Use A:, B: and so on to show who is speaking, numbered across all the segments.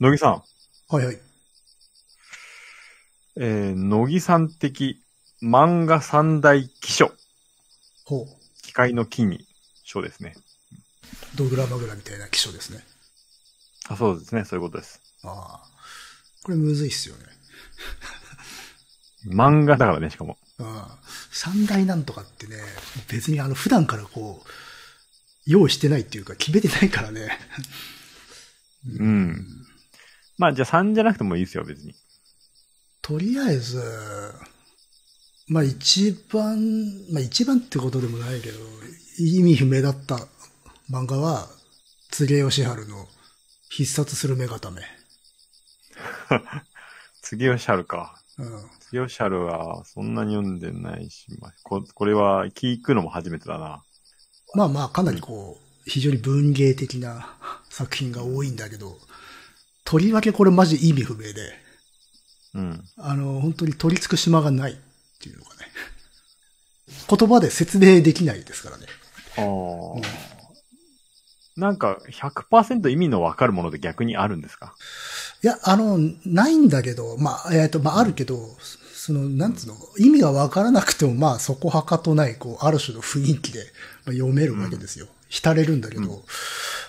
A: 乃木さん。
B: はいはい。
A: えー、乃木さん的漫画三大奇書。
B: ほう。
A: 機械の木に書ですね。
B: ドグラマグラみたいな気象ですね。
A: あ、そうですね。そういうことです。
B: ああ。これむずいっすよね。
A: 漫画だからね、しかも。
B: うん。三大なんとかってね、別にあの普段からこう、用意してないっていうか決めてないからね。
A: うん。まあ、じゃあ3じゃなくてもいいですよ、別に。
B: とりあえず、まあ一番、まあ一番ってことでもないけど、意味不明だった漫画は、柘植義春の必殺する目固め。
A: 次はシャルか。
B: うん。
A: 次はシャルはそんなに読んでないし、まあ、ここれは聞くのも初めてだな。
B: まあまあかなりこう、非常に文芸的な 作品が多いんだけど、とりわけこれマジ意味不明で、
A: うん。
B: あの、本当に取り付く島がないっていうのがね。 言葉で説明できないですからね。
A: ああ。なんか100%意味のわかるもので逆にあるんですか
B: いや、あの、ないんだけど、まあ、えっ、と、まあ、あるけど、その、なんつうの、意味がわからなくても、まあ、そこはかとない、こう、ある種の雰囲気で、まあ、読めるわけですよ。浸れるんだけど、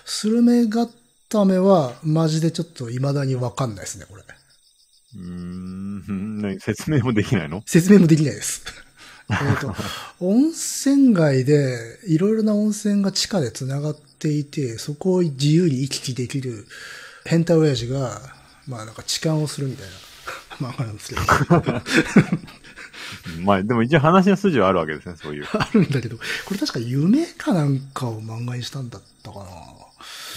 B: スルメガタメは、マジでちょっと未だにわかんないですね、こ
A: う
B: れ。
A: ー ん、ね説明もできないの
B: 説明もできないです。えっと、温泉街で、いろいろな温泉が地下で繋がっていて、そこを自由に行き来できる変態親父が、まあなんか痴漢をするみたいな 漫画なんですけど、
A: まあ、でも一応話の筋はあるわけですね、そういう。
B: あるんだけど、これ確か夢かなんかを漫画にしたんだったかな。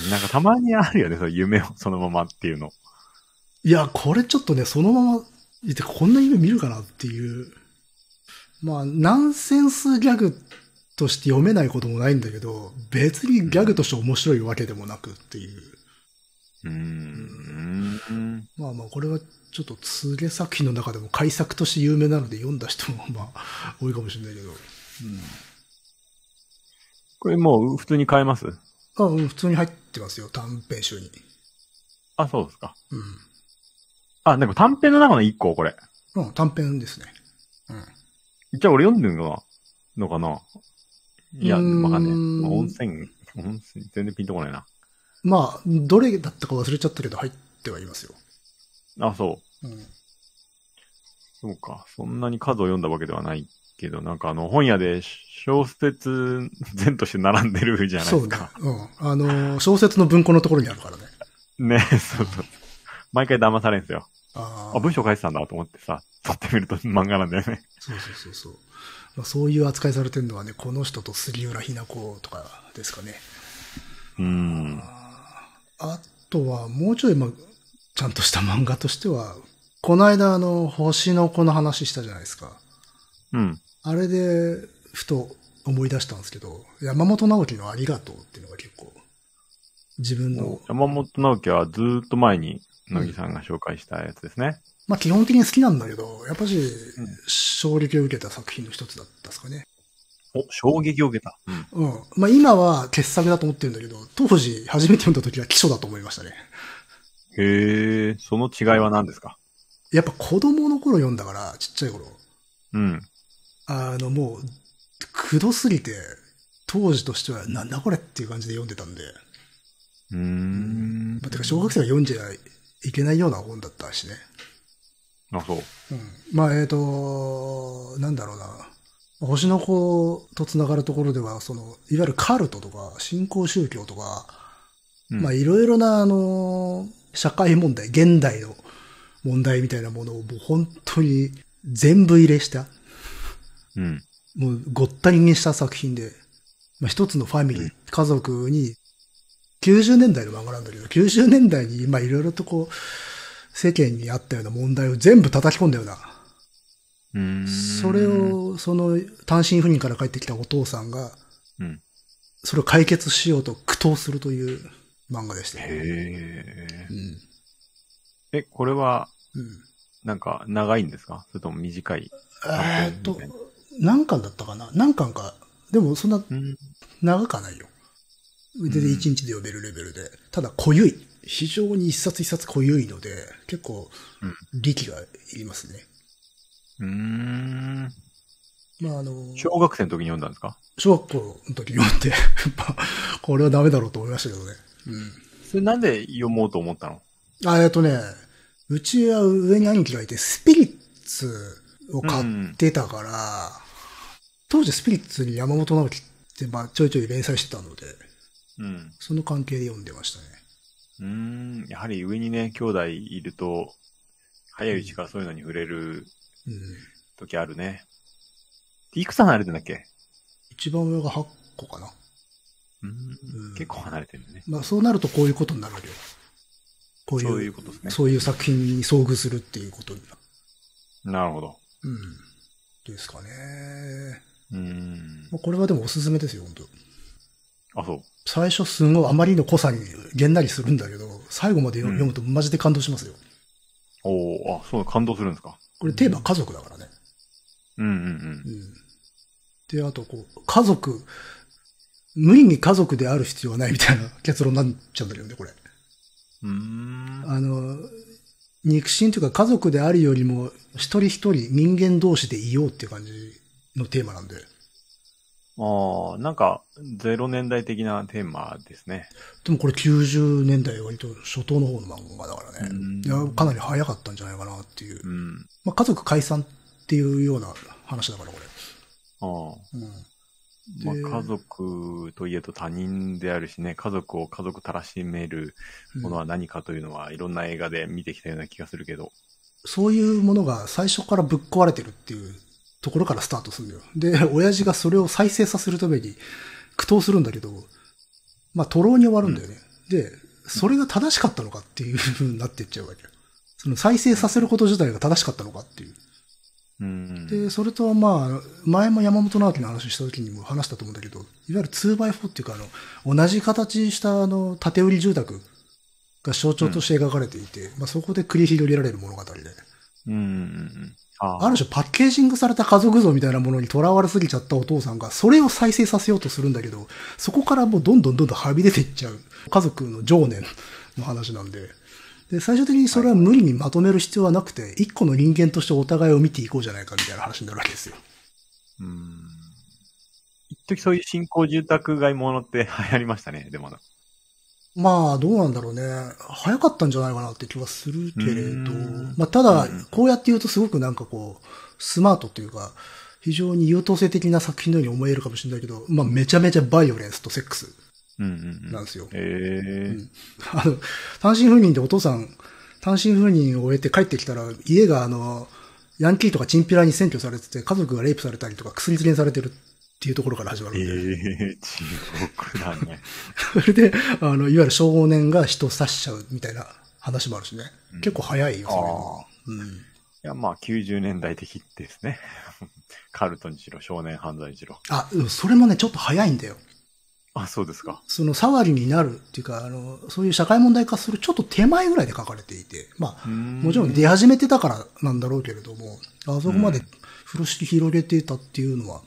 A: なんかたまにあるよね、そういう夢をそのままっていうの。
B: いや、これちょっとね、そのまま、いてかこんな夢見るかなっていう。まあ、ナンセンスギャグとして読めないこともないんだけど、別にギャグとして面白いわけでもなくっていう。
A: うーん。
B: まあまあ、これはちょっと、つげ作品の中でも改作として有名なので読んだ人も、まあ、多いかもしれないけど。
A: これもう普通に変えます
B: あうん、普通に入ってますよ、短編集に。
A: あ、そうですか。
B: う
A: あ、でも短編の中の一個、これ。
B: ん。うん、短編ですね。うん。
A: じゃあ俺読んでるのかなのかないや、
B: うーん
A: わかんない。まあ温泉、温泉、全然ピンとこないな。
B: まあ、どれだったか忘れちゃったけど、入ってはいますよ。
A: あ、そう。
B: うん。
A: そうか。そんなに数を読んだわけではないけど、なんかあの、本屋で小説全として並んでるじゃないで
B: そ
A: す
B: うだ
A: か。。
B: うん。あのー、小説の文庫のところにあるからね。
A: ね、そうそう。毎回騙されんすよ。
B: あ
A: あ、文章書いてたんだと思ってさ、撮ってみると漫画なんだよね。
B: そうそうそうそう。まあ、そういう扱いされてるのはね、この人と杉浦日な子とかですかね。
A: うーん。
B: あとは、もうちょい、まあ、ちゃんとした漫画としては、この間、あの、星の子の話したじゃないですか。
A: うん。
B: あれで、ふと思い出したんですけど、山本直樹のありがとうっていうのが結構、自分の、
A: 山本直樹はずーっと前に、乃木さんが紹介したやつですね。
B: まあ基本的に好きなんだけど、やっぱし、衝撃を受けた作品の一つだったですかね。
A: お、衝撃を受けた。
B: うん。まあ今は傑作だと思ってるんだけど、当時初めて読んだ時は基礎だと思いましたね。
A: へえ、その違いは何ですか
B: やっぱ子供の頃読んだから、ちっちゃい頃。
A: うん。
B: あのもう、くどすぎて、当時としてはなんだこれっていう感じで読んでたんで。
A: うーん
B: まあ、。てか小学生が読んじゃいけないような本だったしね。
A: あ、そう。
B: うん。まあえっ、と、なんだろうな。星の子と繋がるところでは、その、いわゆるカルトとか、新興宗教とか、
A: うん
B: まあ、いろいろな、あの、社会問題、現代の問題みたいなものを、もう本当に全部入れした、
A: うん。
B: もうごったりにした作品で、まあ、一つのファミリー、家族に、90年代の漫画なんだけど、90年代に、まあ、いろいろとこう、世間にあったような問題を全部叩き込んだような、
A: うーん。
B: それ、を、その、単身赴任から帰ってきたお父さんが、
A: うん。
B: それを解決しようと苦闘するという漫画でした。
A: へえ。
B: うん。
A: え、これは、
B: うん。
A: なんか、長いんですかそれとも短い
B: えーっと、何巻だったかな何巻か。でもそんな
A: うん。
B: 長かないよ。全然1日で読めるレベルで。ただ、濃ゆい。非常に一冊一冊濃ゆいので、結構
A: うん、
B: 力がいりますね。
A: うーん。
B: まあ、あの、
A: 小学生の時に読んだんですか
B: 小学校の時読んで、や っぱ、これはダメだろうと思いましたけどね。
A: それなんで読もうと思ったの
B: うん。あ、えっとね、うちは上に兄貴がいて、スピリッツを買ってたから、当時スピリッツに山本直樹って、まあ、ちょいちょい連載してたので、
A: うん。
B: その関係で読んでましたね。
A: うーん。やはり上にね、兄弟いると、早いうちからそういうのに触れる
B: うん。
A: 時あるね。いくつ離れてんだっけ
B: 一番上が8個かな。
A: うん
B: うん
A: 結構離れてるね。
B: まあ、そうなるとこういうことになるわけよ。こういう、
A: そ
B: そうう
A: い
B: いうう
A: ことですね。
B: 作品に遭遇するっていうことになる。
A: なるほど。
B: うん。ですかね。
A: うーん。
B: まあ、これはでもおすすめですよ、本当
A: あ、そう。
B: 最初すごいあまりの濃さにげんなりするんだけど、最後まで読
A: う
B: 読むとマジで感動しますよ。
A: おーあ、そう、感動するんですか。
B: これテーマ家族だからね。
A: うんうん
B: うん。で、あとこう、家族、無理に家族である必要はないみたいな結論になっちゃうんだけどね、これ。
A: うん。うーん。
B: あの、肉親というか家族であるよりも、一人一人人間同士でいようっていう感じのテーマなんで。
A: ああ、なんか、ゼロ年代的なテーマですね。
B: でもこれ90年代割と初頭の方の漫画だから
A: うん
B: ね。いや、かなり早かったんじゃないかなっていう。
A: うん。
B: まあ、家族解散っていうような話だから、こ
A: ああ。
B: れ。うん。
A: まあ、
B: で
A: 家族といえど他人であるしね、家族を家族たらしめるものは何かというのは、いろんな映画で見てきたような気がするけど。
B: そういうものが最初からぶっ壊れてるっていうところからスタートするんだよ。で、親父がそれを再生させるために苦闘するんだけど、まあ、徒労に終わるんだよね。で、それが正しかったのかっていうふうになっていっちゃうわけよ。その再生させること自体が正しかったのかっていう。
A: うん。
B: で、それとはまあ、前も山本直樹の話した時にも話したと思うんだけど、いわゆる 2x4 っていうか、あの、同じ形したあの、縦売り住宅が象徴として描かれていて、まあそこで繰り広げられる物語で。
A: うんうんうん。あ
B: ある種パッケージングされた家族像みたいなものに囚われすぎちゃったお父さんが、それを再生させようとするんだけど、そこからもうどんどんどんどんはみ出ていっちゃう。家族の情念の話なんで。で、最終的にそれは無理にまとめる必要はなくて、一個の人間としてお互いを見ていこうじゃないかみたいな話になるわけですよ。
A: うん。一時そういう新興住宅街ものって流行りましたね、でもな。
B: まあ、どうなんだろうね。早かったんじゃないかなって気はするけれ
A: う
B: ど
A: ん。
B: まあ、ただ
A: うん、
B: こうやって言うとすごくなんかこう、スマートというか、非常に優等生的な作品のように思えるかもしれないけど、まあ、めちゃめちゃバイオレンスとセックス
A: うんうんう
B: なん
A: ん。
B: ですよ。
A: ええ
B: うんあの、単身赴任でお父さん、単身赴任を終えて帰ってきたら、家があの、ヤンキーとかチンピラに占拠されてて、家族がレイプされたりとか、薬連れにされてるっていうところから始まる
A: え
B: んで。
A: え地獄だね。
B: それで、あの、いわゆる少年が人を刺しちゃうみたいな話もあるしね。
A: うん
B: 結構早いよ、そういう
A: あ
B: のは。うん。
A: いや、まあ、90年代的ですね。 カルトにしろ、少年犯罪にしろ。
B: あ、でもそれもね、ちょっと早いんだよ。
A: あ、そうですか。
B: その、触りになるっていうか、あの、そういう社会問題化するちょっと手前ぐらいで書かれていて、まあ、も
A: も
B: ちろん出始めてたからなんだろうけれども、あそこまで風呂敷広げてたっていうのは、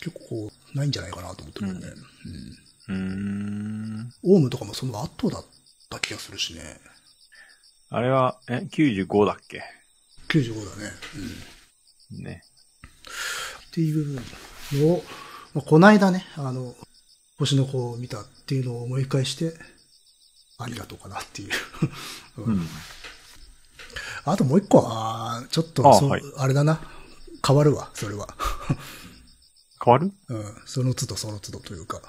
B: 結構こう、ないんじゃないかなと思ってるよね。
A: うーん。
B: うん。オウムとかもその後だった気がするしね。
A: あれは、え、95だっけ
B: 95だね。うん。っ
A: ね。
B: ていうのを、まあ、こないだね、あの、星の子を見たっていうのを思い返して、ありがとうかなっていう。
A: うん。
B: あともう一個は、ちょっと
A: あ
B: そう
A: はい
B: あれだな。変わるわ、それは。
A: 変わる
B: うん。その都度その都度というか。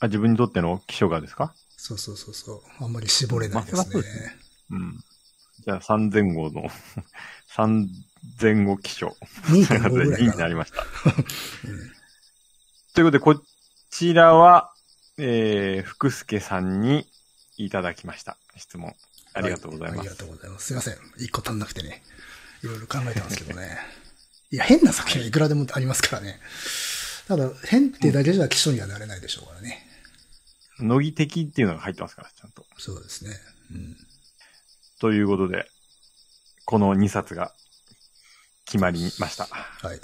A: あ、自分にとっての気象がですか
B: そうそうそうそう。あんまり絞れないで
A: まあ
B: す
A: そ
B: ね
A: う。ですうん。じゃあ、3前後の、3前後気象。
B: 2.5ぐらい
A: に
B: か
A: な
B: な。
A: りました。ということで、こちらは、えー、福助さんにいただきました。質問。ありがとうござい
B: は
A: ま
B: あり
A: す。
B: がとうございます。すいません。一個足んなくてね。いろいろ考えたんですけどね。いや、変な作品はいくらでもありますからね。ただ、変ってだけじゃ基礎にはなれないでしょうからね。
A: 乃木的っていうのが入ってますから、ちゃんと。
B: そうですね。うん。
A: ということで、この2冊が決まりました。
B: はい。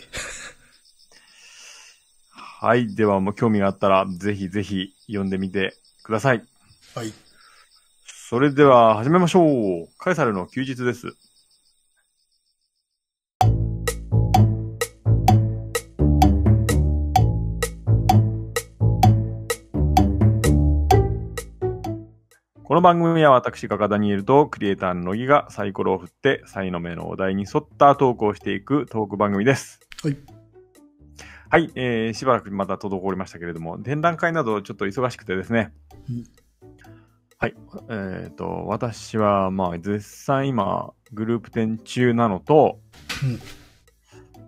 A: はい。では、もう興味があったら、ぜひぜひ読んでみてください。
B: はい。
A: それでは始めましょう。カエサルの休日です。この番組は私、画家ダニエルとクリエイターの乃木がサイコロを振って、サイの目のお題に沿ったトークをしていくトーク番組です。
B: はい。
A: はい、えーしばらくまた滞りましたけれども、展覧会などちょっと忙しくてですね、はい。えっ、と、私は、まあ、絶賛今、グループ展中なのと、
B: うん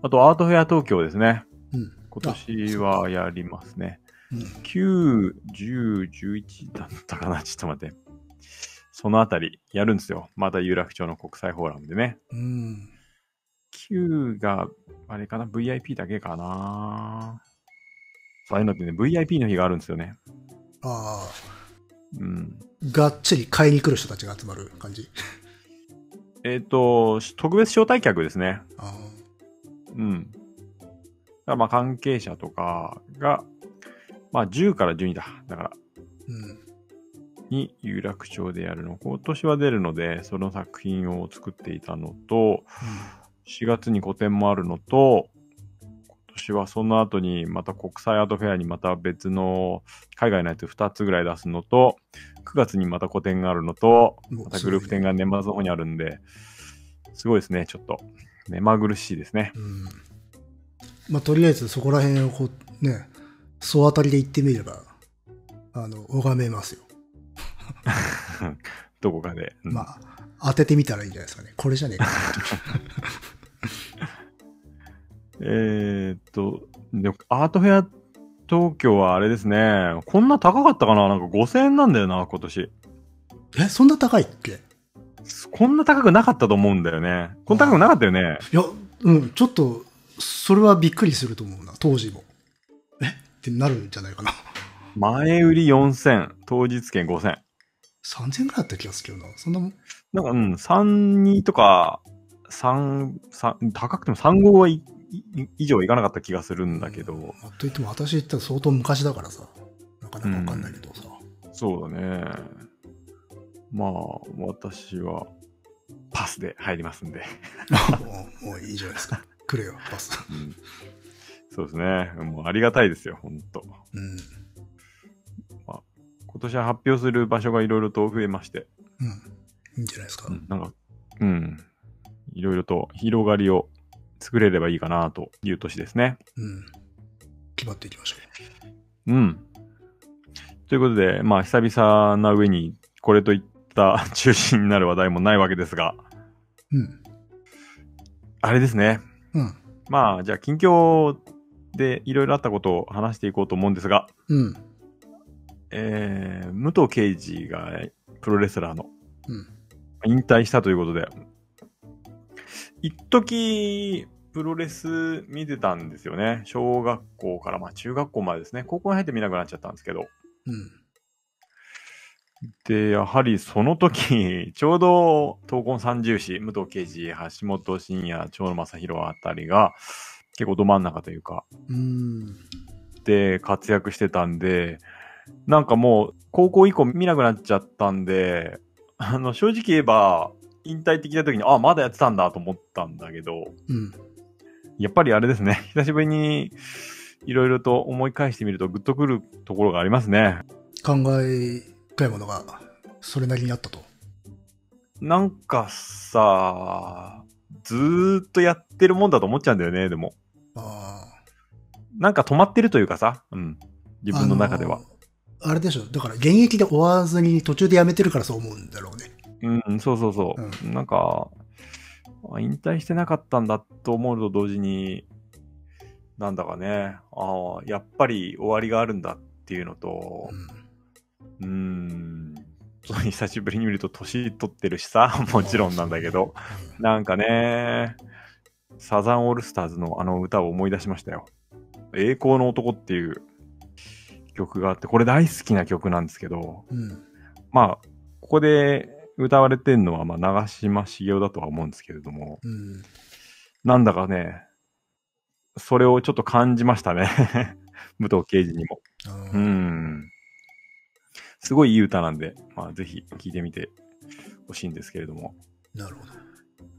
A: あと、アートフェア東京ですね。
B: うん。
A: 今年はやりますね。
B: うん。
A: 9、10、11だったかなちょっと待って。そのあたり、やるんですよ。また有楽町の国際フォーラムでね。
B: うん。
A: 9が、あれかな ?VIP だけかなそういうのってね、VIP の日があるんですよね。
B: ああ、
A: うん。
B: がっちり買いに来る人たちが集まる感じ。
A: えっ、と、特別招待客ですね。
B: ああ。
A: うん。だからまあ関係者とかが、まあ10から12だ。だから、
B: うん。
A: に有楽町でやるの。今年は出るので、その作品を作っていたのと、4月に個展もあるのと、今年はその後にまた国際アートフェアにまた別の海外のやつ2つぐらい出すのと、9月にまた個展があるのと、
B: うん
A: またグループ展が年末の方にあるんで、すごいですね、ちょっと。目まぐるしいですね。
B: うん。まあ、とりあえずそこら辺をこう、ね、総当たりで行ってみれば、あの、拝めますよ。
A: どこかで。うん
B: まあ、当ててみたらいいんじゃないですかね。これじゃねえか。
A: えーっと、でもアートフェア東京はあれですね、こんな高かったかななんか5000円なんだよな、今年。
B: え、そんな高いっけ
A: こんな高くなかったと思うんだよね。こんな高くなかったよね。
B: いや、うん、ちょっと、それはびっくりすると思うな、当時も。えってなるんじゃないかな。
A: 前売り4000、当日券5000。
B: 3000ぐらいだった気がするけどな。そんなもん。
A: なんか、うん、32とか、3、3高くても35はいい以上いかなかった気がするんだけ
B: うん
A: ど、
B: まあといっても私行ったら相当昔だからさ。なかなかわかんないけどさ。
A: そうだね。まあ、私は、パスで入りますんで。
B: もう、もういいじゃないですか。くれよ、パス。
A: うんそうですね。もうありがたいですよ、ほんと。
B: うん。
A: 今年は発表する場所がいろいろと増えまして、
B: うん。いいんじゃないですか。
A: なんか、うん、いろいろと広がりを作れればいいかなという年ですね。
B: うん。決まっていきましょ
A: うん。ということで、まあ、久々な上に、これといった 中心になる話題もないわけですが、
B: う。うん。
A: あれですね。
B: うん。
A: まあ、じゃあ、近況でいろいろあったことを話していこうと思うんですが、
B: うん。
A: えー、武藤敬司がプロレスラーの
B: うん。
A: 引退したということで、一時プロレス見てたんですよね。小学校から、まあ中学校までですね。高校に入って見なくなっちゃったんですけど。
B: うん。
A: で、やはりその時、 ちょうど闘魂三重士、武藤敬司、橋本真也、長野正宏あたりが、結構ど真ん中というか、
B: うん。
A: で活躍してたんで、なんかもう高校以降見なくなっちゃったんで、あの、正直言えば、引退って聞いた時に、あ、まだやってたんだと思ったんだけど、
B: うん。
A: やっぱりあれですね、 久しぶりにいろいろと思い返してみるとグッとくるところがありますね。
B: 考え深いものが、それなりにあったと。
A: なんかさ、ずーっとやってるもんだと思っちゃうんだよね、でも。
B: ああ。
A: なんか止まってるというかさ、うん。自分の中では
B: あ。の。あれでしょ、だから現役で終わずに途中で辞めてるからそう思うんだろうね。
A: うん、そうそうそう。なんか、あ引退してなかったんだと思うと同時に、なんだかね、ああ、やっぱり終わりがあるんだっていうのとう
B: う、ん
A: ーん、そう久しぶりに見ると年取ってるしさ、 もちろんなんだけど、なんかね、サザンオールスターズのあの歌を思い出しましたよ。栄光の男っていう曲があって、これ大好きな曲なんですけど、
B: うん。
A: まあ、ここで歌われてるのは、まあ、長嶋茂雄だとは思うんですけれども、
B: うん。
A: なんだかね、それをちょっと 感じましたね。武藤刑事にも。
B: あ
A: う
B: ー
A: ん。すごいいい歌なんで、まあ、ぜひ聴いてみてほしいんですけれども。
B: なるほど。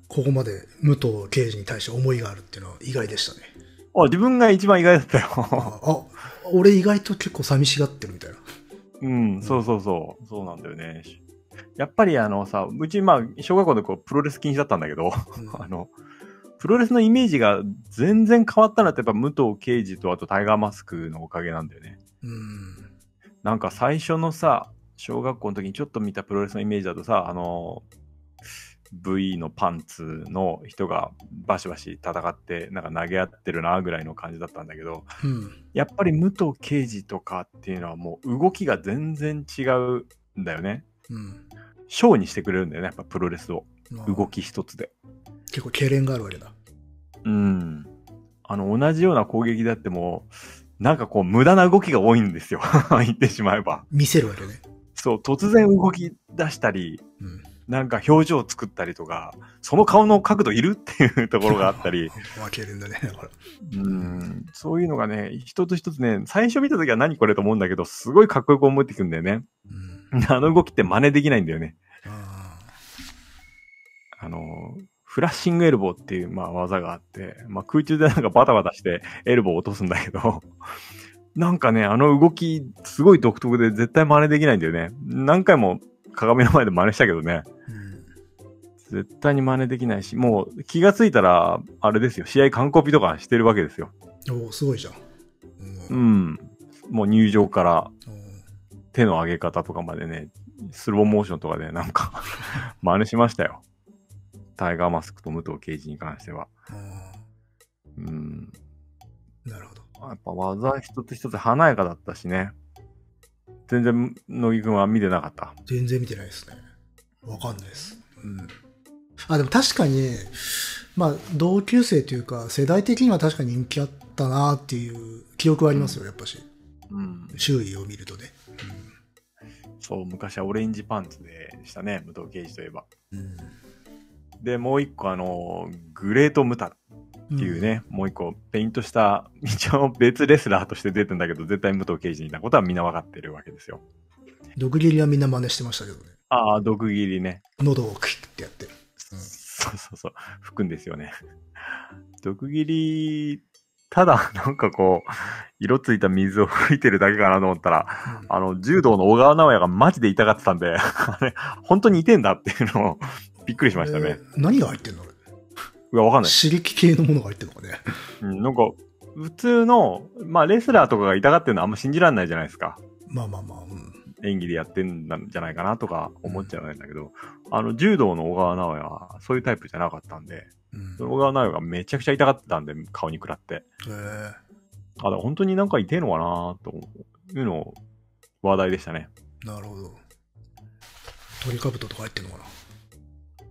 B: ここまで武藤刑事に対して思いがあるっていうのは意外でしたね。
A: あ、自分が一番意外だったよ。
B: あ、あ俺意外と結構寂しがってるみたいな。
A: うん、そうそうそう。そうなんだよね。やっぱりあのさ、うちまあ、小学校の頃プロレス禁止だったんだけど、
B: うん
A: あの、プロレスのイメージが全然変わったのってやっぱ武藤敬司とあとタイガーマスクのおかげなんだよね。
B: うん。
A: なんか最初のさ、小学校の時にちょっと見たプロレスのイメージだとさ、あの、V のパンツの人がバシバシ戦って、なんか投げ合ってるなぐらいの感じだったんだけど、
B: うん。
A: やっぱり武藤敬司とかっていうのはもう動きが全然違うんだよね。
B: うん。
A: ショーにしてくれるんだよね、やっぱプロレスを。
B: まあ
A: 動。き一つで。
B: 結構痙攣があるわけだ。
A: うん。あの、同じような攻撃であっても、なんかこう、無駄な動きが多いんですよ。 言ってしまえば。
B: 見せるわけね。
A: そう、突然動き出したり、
B: うん。
A: なんか表情を作ったりとか、その顔の角度いるっていうところがあったり、。
B: まあ、痙攣だね。だから。
A: うん、そういうのがね、一つ一つね、最初見た時は何これと思うんだけど、すごいかっこよく思えてくんだよね。
B: うん。
A: あの動きって真似できないんだよね。
B: あ
A: あの、フラッシングエルボーっていう、まあ、技があって、まあ、空中でなんかバタバタしてエルボーを落とすんだけど、 なんかね、あの動き、すごい独特で絶対真似できないんだよね。何回も鏡の前で真似したけどね。
B: ーうん。
A: 絶対に真似できないし、もう気がついたら、あれですよ、試合完コピとかしてるわけですよ。
B: おーすごいじゃん。
A: う
B: うん
A: ん。もう入場から
B: うん
A: 手の上げ方とかまでね、スローモーションとかでなんか、 真似しましたよ。タイガーマスクと武藤敬司に関しては。
B: あ
A: うん。
B: ーなるほど。
A: やっぱ技一つ一つ華やかだったしね。全然、乃木くんは見てなかった。
B: 全然見てないですね。わかんないです。うん。あ、でも確かに、まあ、同級生というか、世代的には確かに人気あったなっていう記憶はありますよ、やっぱし。
A: うん。
B: 周囲を見るとね。
A: そう、昔はオレンジパンツでしたね、武藤敬司といえば。
B: うん。
A: で、もう一個、あの、グレートムタっ
B: うん
A: ていう。ね、もう一個、ペイントした、一応別レスラーとして出てんだけど、絶対武藤敬司にいたことはみんなわかってるわけですよ。
B: 毒斬りはみんな真似してましたけどね。
A: ああ、毒斬りね。
B: 喉をクイッてやって。うん
A: そうそうそう、吹くんですよね。毒斬り、ただ、なんかこう、色ついた水を吹いてるだけかなと思ったら、
B: うん
A: あの、柔道の小川直也がマジで痛がってたんで、あれ、本当に似てんだっていうのをびっくりしましたね。
B: えー何が入ってんのあれ
A: うわ、わかんない。
B: 刺激系のものが入ってんのかね。
A: うんなんか、普通の、まあ、レスラーとかが痛がってるのはあんま信じられないじゃないですか。
B: まあまあまあ、うん。
A: 演技でやってんじゃないかなとか思っちゃうんだけど、あの、柔道の小川直也はそういうタイプじゃなかったんで、
B: うん、
A: 小川直也がめちゃくちゃ痛がってたんで、顔に食らって。
B: えー
A: あ、だから本当になんか痛いのかなというのを話題でしたね。
B: なるほど。トリカブトとか入ってんのか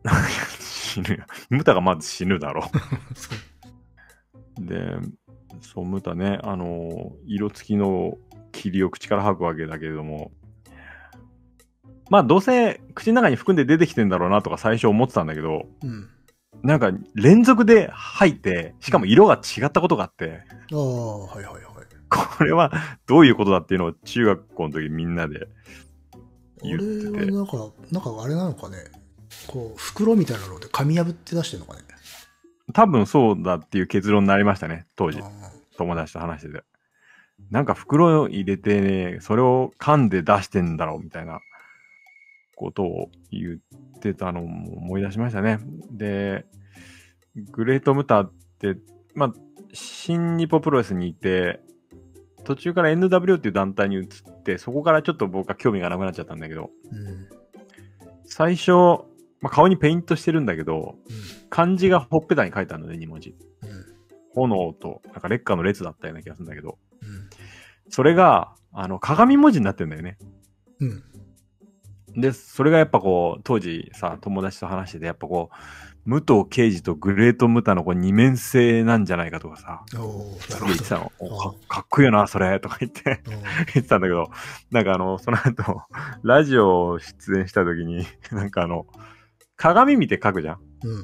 B: な
A: 死ぬよ。ムタがまず死ぬだろう。
B: そう
A: で、そう、ムタね、あの、色付きの霧を口から吐くわけだけれども、まあ、どうせ口の中に含んで出てきてんだろうなとか最初思ってたんだけど、
B: うん。
A: なんか連続で吐いて、しかも色が違ったことがあって、
B: ああ、はいはいはい。
A: これはどういうことだっていうのを中学校の時みんなで言
B: 俺
A: って
B: は
A: て、
B: なんか、なんかあれなのかね。こう、袋みたいなので紙破って出してんのかね。
A: 多分そうだっていう結論になりましたね、当時。
B: あ
A: 友達と話してて。なんか袋を入れてね、それを噛んで出してんだろうみたいなことを言ってたのも思い出しましたね。で、グレートムタって、まあ、新日本プロレスにいて、途中から NW っていう団体に移って、そこからちょっと僕は興味がなくなっちゃったんだけど、
B: ーうん。うん。
A: 最初、まあ、顔にペイントしてるんだけど、漢字がほっぺたに書いてあるので、2文字。
B: うん。
A: 炎と、なんか劣化の列だったような気がするんだけど、
B: うん。
A: それが、あの、鏡文字になってんだよね。
B: うん。
A: で、それがやっぱこう、当時さ、友達と話してて、やっぱこう、武藤刑事とグレートムタのこう二面性なんじゃないかとかさ、
B: おーなる
A: 言っ
B: ほ
A: て
B: ど。
A: たの。お
B: あ
A: かかっこいいよな、それ、とか言って、 言ってたんだけど、なんかあの、その後、ラジオ出演した時に、なんかあの、鏡見て書くじゃん
B: う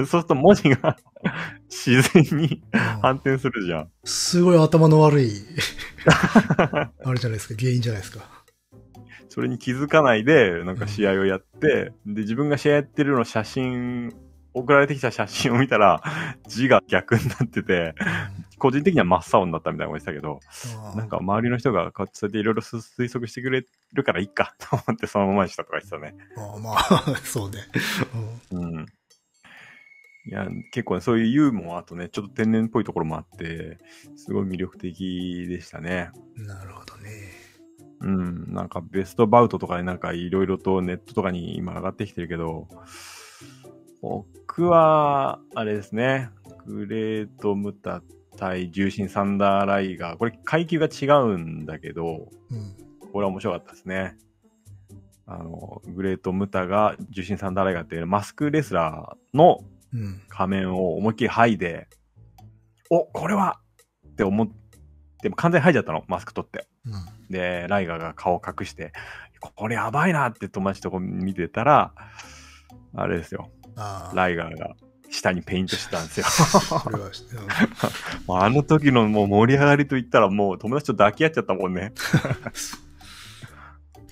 A: そ
B: うん。
A: うすると文字が 自然に
B: あ
A: 反転するじゃん。
B: すごい頭の悪い、あれじゃないですか、原因じゃないですか。
A: それに気づかないで、なんか試合をやって、で、自分が試合やってるの写真、送られてきた写真を見たら、 字が逆になってて、個人的には真っ青になったみたいなことでしたけど、なんか周りの人がこうやってそうやっていろいろ推測してくれるからいいか と思ってそのままにしたとか言ってたね。
B: ああまあ、 そうね。
A: うん。いや、結構ね、そういうユーモアとね、ちょっと天然っぽいところもあって、すごい魅力的でしたね。
B: うんなるほどね。
A: うん、なんかベストバウトとかになんかいろいろとネットとかに今上がってきてるけど、僕は、あれですね、グレートムタ対重心サンダーライガー、これ階級が違うんだけど、
B: うん。
A: これは面白かったですね。あの、グレートムタが重心サンダーライガーっていうマスクレスラーの
B: うん。
A: 仮面を思いっきり剥いで、お、これはって思って、完全に剥いじゃったの、マスク取って。
B: うん。
A: で、ライガーが顔を隠して、これやばいなって友達とこ見てたら、あれですよ、
B: ああ。
A: ライガーが下にペイントしてたんですよ。
B: これは、うん
A: もうあの時のもう盛り上がりと言ったらもう友達と抱き合っちゃったもんね。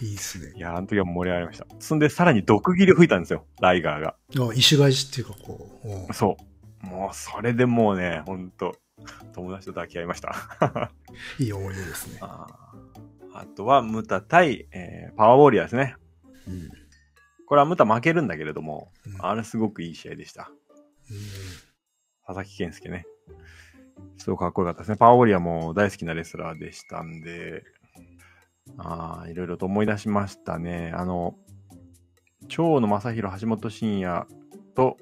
B: いいっすね。
A: いや、あの時は盛り上がりました。そんで、さらに毒斬りを吹いたんですよ、ライガーが。
B: あ石返しっていうか、こう。うん
A: そう。もう、それでもうね、ほんと、友達と抱き合いました。
B: いい思い出ですね。
A: あーあとは、ムタ対、えーパワーウォリアーですね。
B: うん。うん
A: これはムタ負けるんだけれども、
B: うん
A: あれすごくいい試合でした。佐々木健介ね。すごくかっこよかったですね。パワーウォリアーも大好きなレスラーでしたんで、ああ、いろいろと思い出しましたね。あの、蝶野正宏、橋本真也と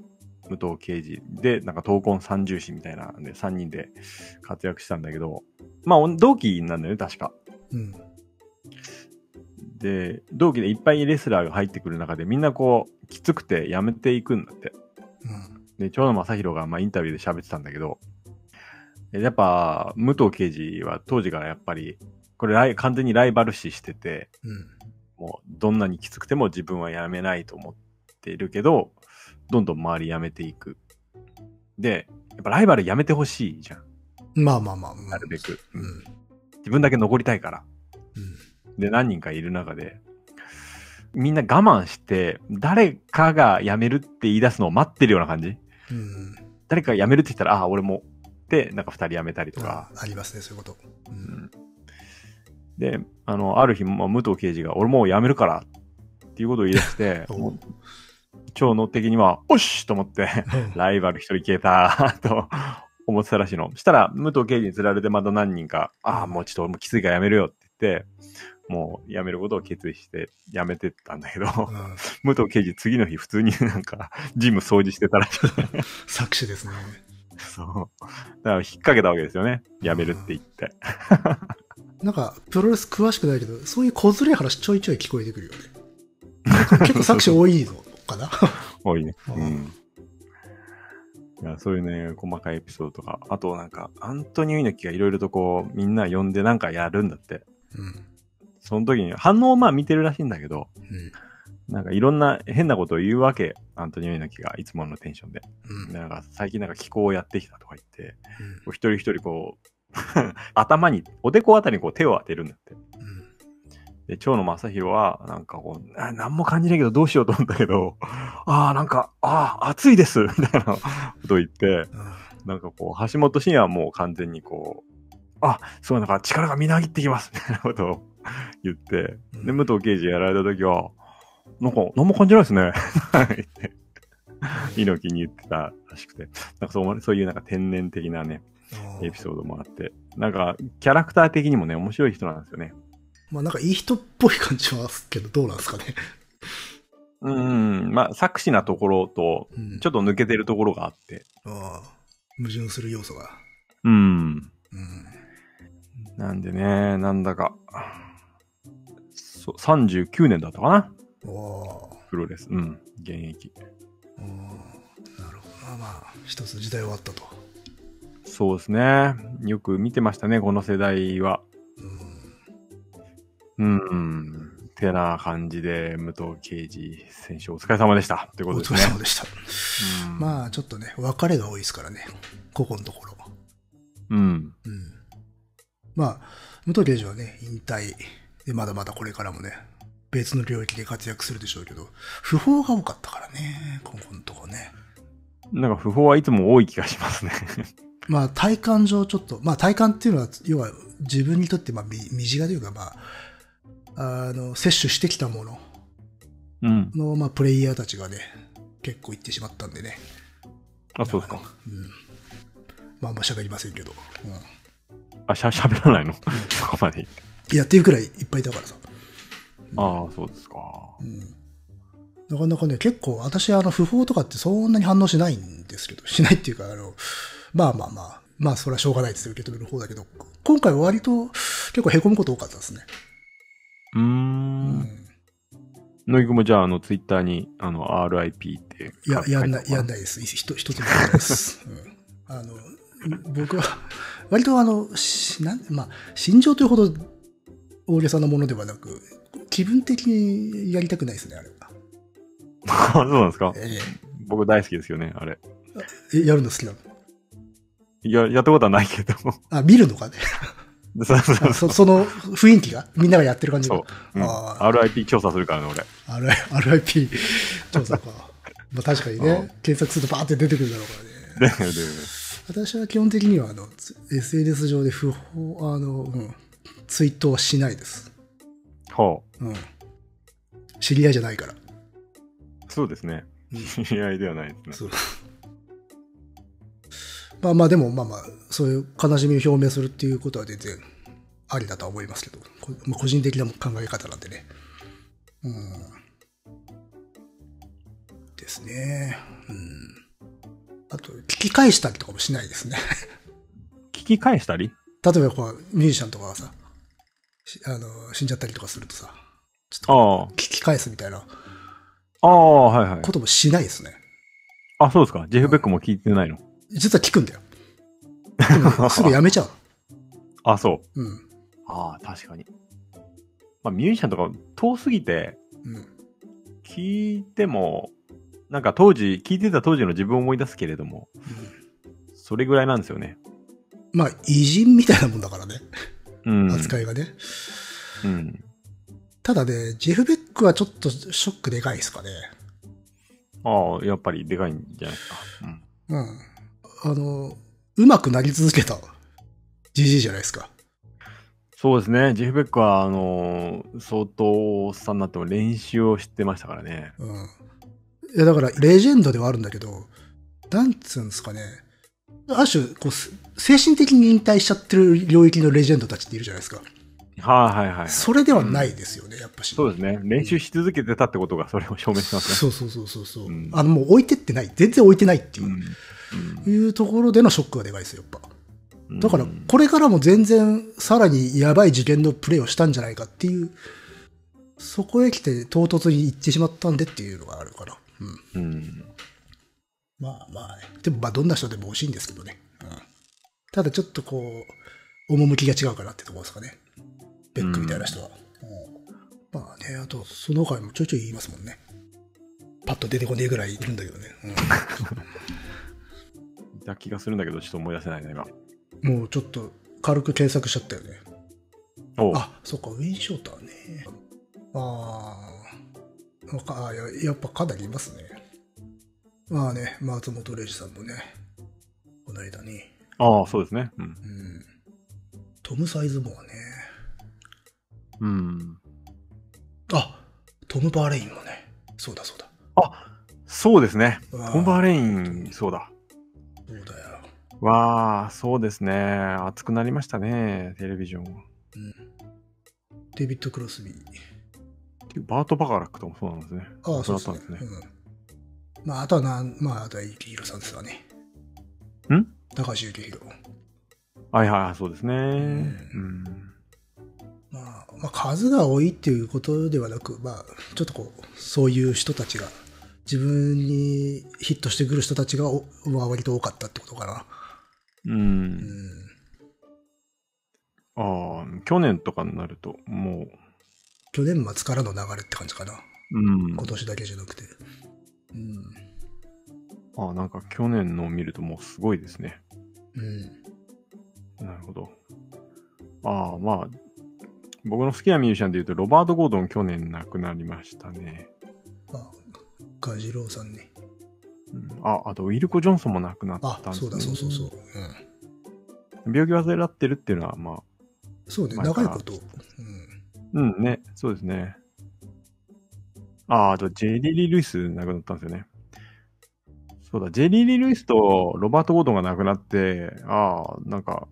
A: 武藤敬司で、なんか闘魂三重士みたいなんで、3人で活躍したんだけど、まあ、お同期なんだよね、確か。
B: うん。
A: で、同期でいっぱいレスラーが入ってくる中で、みんなこう、きつくてやめていくんだって。
B: うん。
A: で、長野正宏が、まあ、インタビューで喋ってたんだけど、えやっぱ、武藤刑事は当時からやっぱり、これライ完全にライバル視してて、
B: うん。
A: もうどんなにきつくても自分はやめないと思ってるけど、どんどん周りやめていく。で、やっぱライバルやめてほしいじゃん。
B: まあまあまあ。
A: なるべく。
B: う。
A: うん
B: うんん。
A: 自分だけ残りたいから。で、何人かいる中で、みんな我慢して、誰かが辞めるって言い出すのを待ってるような感じ
B: うん。
A: 誰かが辞めるって言ったら、ああ、俺も。で、なんか二人辞めたりと
B: あ
A: か。
B: ありますね、そういうこと。う。
A: うんんで、あの、ある日、まあ、武藤刑事が、俺もう辞めるから、っていうことを言い出して、
B: おう
A: もう超能的には、おっしと思って、 ライバル一人消えた、 と思ってたらしいの。したら、武藤刑事に釣られてまた何人か、ああ、もうちょっと俺もきついから辞めるよって言って、もう辞めることを決意して辞めてったんだけど、
B: うん
A: 武藤刑事次の日普通になんか、ジム掃除してたらしい。
B: 作詞ですね。
A: そう。だから引っ掛けたわけですよね。辞めるって言って。
B: なんか、プロレス詳しくないけど、そういう小ずれい話ちょいちょい聞こえてく るよね。なんか結構作詞多いのかな
A: 多いね。
B: う
A: うんん。いや、そういうね、細かいエピソードとか、あとなんか、アントニオ猪木がいろいろとこう、みんな呼んでなんかやるんだって。
B: うん。
A: その時に、反応をまあ見てるらしいんだけど、
B: うん。
A: なんかいろんな変なことを言うわけ、アントニオ猪木が、いつものテンションで。
B: うん。
A: なんか最近なんか気候をやってきたとか言って、こう一人一人こう、 頭に、おでこあたりにこう手を当てるんだって。
B: うん。
A: で、蝶野正宏は、なんかこう、あ何も感じないけどどうしようと思ったけど、 ああ、なんか、ああ、暑いですみたいなことを言って、
B: うん
A: なんかこう、橋本真也はもう完全にこう、あ、そう、なんか力がみなぎってきますみたいなことを言って、
B: うん
A: で、武藤刑事やられた時は、なんか、何も感じないですね。言って、猪木に言ってたらしくて、なんかそうそういうなんか天然的なね、エピソードもあって、なんか、キャラクター的にもね、面白い人なんですよね。
B: まあなんかいい人っぽい感じはするけど、どうなんですかね。
A: うん、うんまあ、作詞なところと、
B: うん。
A: ちょっと抜けてるところがあって。
B: ああ矛盾する要素が。
A: うん。
B: うん。
A: なんでね、なんだか、そう、39年だったかな
B: おー
A: プロレス。うん、現役。
B: おーなるほどな。まあ、一つ時代終わったと。
A: そうですね。よく見てましたね、この世代は。
B: うん。
A: うん、うん。てな感じで、武藤敬司選手お疲れ様でした。という
B: お
A: ことで
B: 疲
A: す
B: れ様
A: ね。
B: でした。
A: うん、
B: まあ、ちょっとね、別れが多いですからね。ここのところ。
A: うん。
B: うん。まあ、武藤刑事はね、引退。で、まだまだこれからもね、別の領域で活躍するでしょうけど、不法が多かったからね、ここのとこね。
A: なんか不法はいつも多い気がしますね。
B: まあ体感上ちょっと、まあ体感っていうのは、要は自分にとってまあみ身近というか、まあ、あの、摂取してきたもの
A: うん。
B: の、まあプレイヤーたちがね、結構行ってしまったんでね。
A: あ、そうですか。
B: うん。まああんま喋りませんけど。うん。
A: あ、しゃ、喋らないの そこまで。
B: いやっていうくらいいっぱいいたからさ。
A: ああ、そうですか。
B: うん。なかなかね、結構私、あの、不法とかってそんなに反応しないんですけど、しないっていうか、あの、まあまあまあ、まあそれはしょうがないです受け止める方だけど、今回は割と結構凹むこと多かったですね。
A: うー。
B: うんん。
A: 野木くんもじゃあ、あの、ツイッターに、あの、RIP って
B: いや、やんない、やん
A: い。
B: ないです。ひと一つもやんないです。うん。あの、僕は、割とあの、しなんまあ、心情というほど大げさなものではなく、気分的にやりたくないですね、あれは。
A: あそうなんですか
B: え
A: 僕大好きですよね、あれ。
B: ええやるの好きなの
A: いや、やったことはないけど。
B: あ、見るのか ね。
A: そうそうそう
B: あそその雰囲気がみんながやってる感じが
A: そ。う、うん
B: あ
A: RIP 調査するからね、俺。
B: R- RIP 調査か。まあ確かにね、検索するとバーって出てくるだろうから
A: で、で、
B: ね。私は基本的にはあの、つ SNS 上で不法、あの、うん、ツイートはしないです。
A: ほ
B: うん。知り合いじゃないから。
A: う。そうですね。
B: うん
A: 知り合いではないですね。
B: そう。まあまあでもまあまあ、そういう悲しみを表明するっていうことは全然ありだとは思いますけど、こまあ個人的な考え方なんでね。うん。ですね。うん。あと、聞き返したりとかもしないですね。
A: 聞き返したり
B: 例えばこう、ミュージシャンとかがさ、しあの、死んじゃったりとかするとさ、ち
A: あ
B: ょっ
A: あ
B: と。聞き返すみたいな
A: ああ、はいはい。
B: こともしないですね。
A: あ、そうですか。ジェフ・ベックも聞いてないの。
B: 実は聞くんだよ。でもすぐやめちゃう。
A: あ、そう。
B: うん。
A: ああ、確かに。まあ、ミュージシャンとか遠すぎて、
B: うん。
A: 聞いても、なんか当時、聞いてた当時の自分を思い出すけれども、それぐらいなんですよね。
B: まあ、偉人みたいなもんだからね、
A: うん。
B: 扱いがね。
A: うん。
B: ただね、ジェフ・ベックはちょっとショックでかいですかね。
A: ああ、やっぱりでかいんじゃないですか。うん。
B: うん。あの、うまくなり続けた、ジジイじゃないですか。
A: そうですね。ジェフ・ベックは、あのー相当おっさんになっても練習をしてましたからね。
B: うん。いや、だから、レジェンドではあるんだけど、なんつうんですかね。ある種、こう、す精神的に引退しちゃってる領域のレジェンドたちっているじゃないですか。
A: はいはいはい。そ
B: それではないですよね、やっぱし。
A: うですね。練習し続けてたってことがそれを証明してますね。
B: そうそうそうそうそう、
A: うん
B: あの、もう置いてってない。全然置いてないっていう。
A: うん
B: いうところでのショックがでかいですよ、やっぱ。
A: うん
B: だから
A: う、ん
B: これからも全然、さらにやばい事件のプレーをしたんじゃないかっていう、そこへ来て唐突に行ってしまったんでっていうのがあるから。うん。
A: うん。
B: まあまあね。でも、まあ、どんな人でも惜しいんですけどね。うん。ただ、ちょっとこう、趣が違うかなってところですかね。ベックみたいな人は。うんまあね、あと、その他にもちょいちょい言いますもんね。パッと出てこねえぐらいいるんだけどね。うん。
A: いた気がするんだけど、ちょっと思い出せないな、今。
B: もうちょっと軽く検索しちゃったよね。
A: おう
B: あ、そっか、ウィン・ショーターね。あーわかあや、やっぱかなりいますね。まあね、松本零士さんもね、この間に。
A: ああ、そうですね。うん。
B: うん。トム・サイズモアね。
A: うん。
B: あ、トム・バーレインもね。そうだそうだ。
A: あ、そうですね。
B: あー
A: トンバーレイン、そうだ。
B: そうだよ。
A: わあ、そうですね。熱くなりましたね、テレビジョンは。
B: うん。デビッド・クロスビー。
A: ていうバート・バカラックともそうなんですね。
B: ああ、そうです
A: だっ
B: ね
A: たんですね。
B: うん。まあ、あとはなん、まあ、あとは、ゆきひろさんですわね。
A: ん
B: 高橋ゆきひろ。
A: はいはいはい、そうですね。うん。
B: まあ、まあ、数が多いっていうことではなく、まあ、ちょっとこう、そういう人たちが、自分にヒットしてくる人たちがお、は割と多かったってことかな。
A: う。
B: うんん。
A: ああ、去年とかになると、も
B: 去年末からの流れって感じかな。
A: う、うん
B: 今。年だけじゃなくて。うん。
A: ああ、なんか去年のを見るともうすごいですね。
B: うん。
A: なるほど。ああ、まあ、僕の好きなミュージシャンで言うと、ロバート・ゴードン去年亡くなりましたね。
B: あ、ガジローさんね。
A: うんあ、あと、ウィルコ・ジョンソンも亡くなった
B: あ
A: ん、です
B: そ
A: ね。
B: うだ、そうそうそう。うん。
A: 病気患ってるっていうのは、まあ、
B: そうね、
A: 前か
B: 長
A: ら
B: いこと。うん。
A: うんね、そうですね。ああ、あと、ジェリー・リルイス亡くなったんですよね。そうだ、ジェリー・リルイスとロバート・ゴードンが亡くなって、ああ、なんか、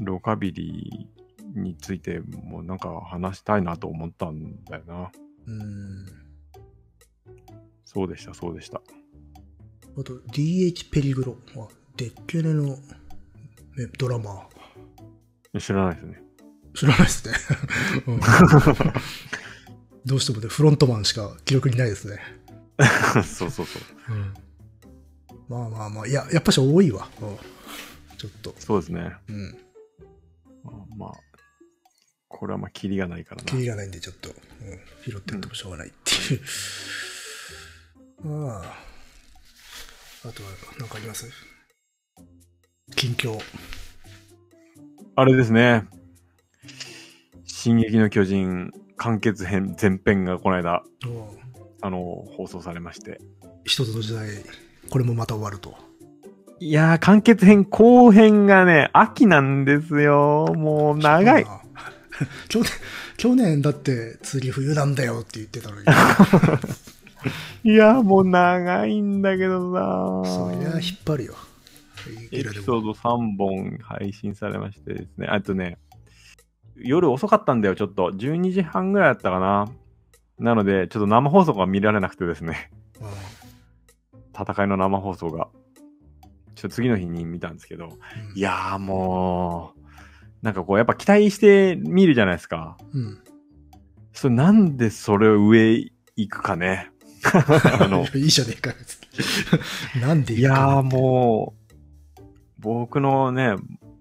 A: ロカビリーについてもなんか話したいなと思ったんだよな。
B: うん。
A: そうでした、そうでした。
B: あと、DH ペリグロ。あ、デッケネの、ね、ドラマー。
A: 知らないですね。
B: 知らないですね。 うんどうしてもね、フロントマンしか記録にないですね。
A: そうそうそう。
B: うん。まあまあまあ、いや、やっぱし多いわ。うん。ちょっと。
A: そうですね。
B: うん。
A: あまあ、これはまあ、キリがないから
B: キリ
A: な。
B: がないんで、ちょっと、うん、拾ってってもしょうがないっていう。ああ。あとは、なんかあります近況。
A: あれですね。進撃の巨人完結編前編がこの間、
B: おう
A: あの、放送されまして。
B: 一つの時代、これもまた終わると。
A: いやー、完結編後編がね、秋なんですよ。もう長い。
B: ああ。去年、去年だって、次冬なんだよって言ってたのに。
A: いやー、もう長いんだけどさ
B: そりゃ引っ張るよ。
A: エピソード3本配信されましてですね。あとね、夜遅かったんだよ、ちょっと。12時半ぐらいだったかな。なので、ちょっと生放送が見られなくてですね。
B: ド。あ
A: 戦いの生放送が。ちょっと次の日に見たんですけど。
B: あうん
A: いやーもう、なんかこう、やっぱ期待して見るじゃないですか。
B: うん。
A: それなんでそれを上行くかね。 あの、
B: いいじゃねえか、別に なんで
A: いやー
B: う。
A: もう、僕のね、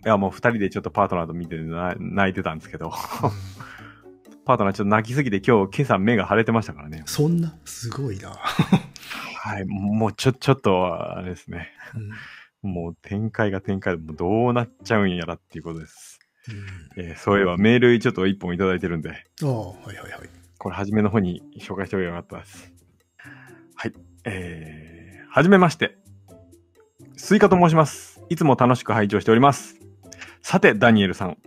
A: いやもう二人でちょっとパートナーと見てな泣いてたんですけど、
B: うん
A: パートナーちょっと泣きすぎて今日、今朝目が腫れてましたからね。
B: そんな、すごいな。
A: はい、もうちょ、ちょっと、あれですね。
B: うん
A: もう展開が展開で、もうどうなっちゃうんやらっていうことです。
B: うん
A: えーそういえばメールちょっと一本いただいてるんで、
B: ああ、はいはいはい。
A: これ初めの方に紹介しておけばよかったです。はい。えー、はじめまして。スイカと申します。いつも楽しく拝聴しております。さて、ダニエルさん。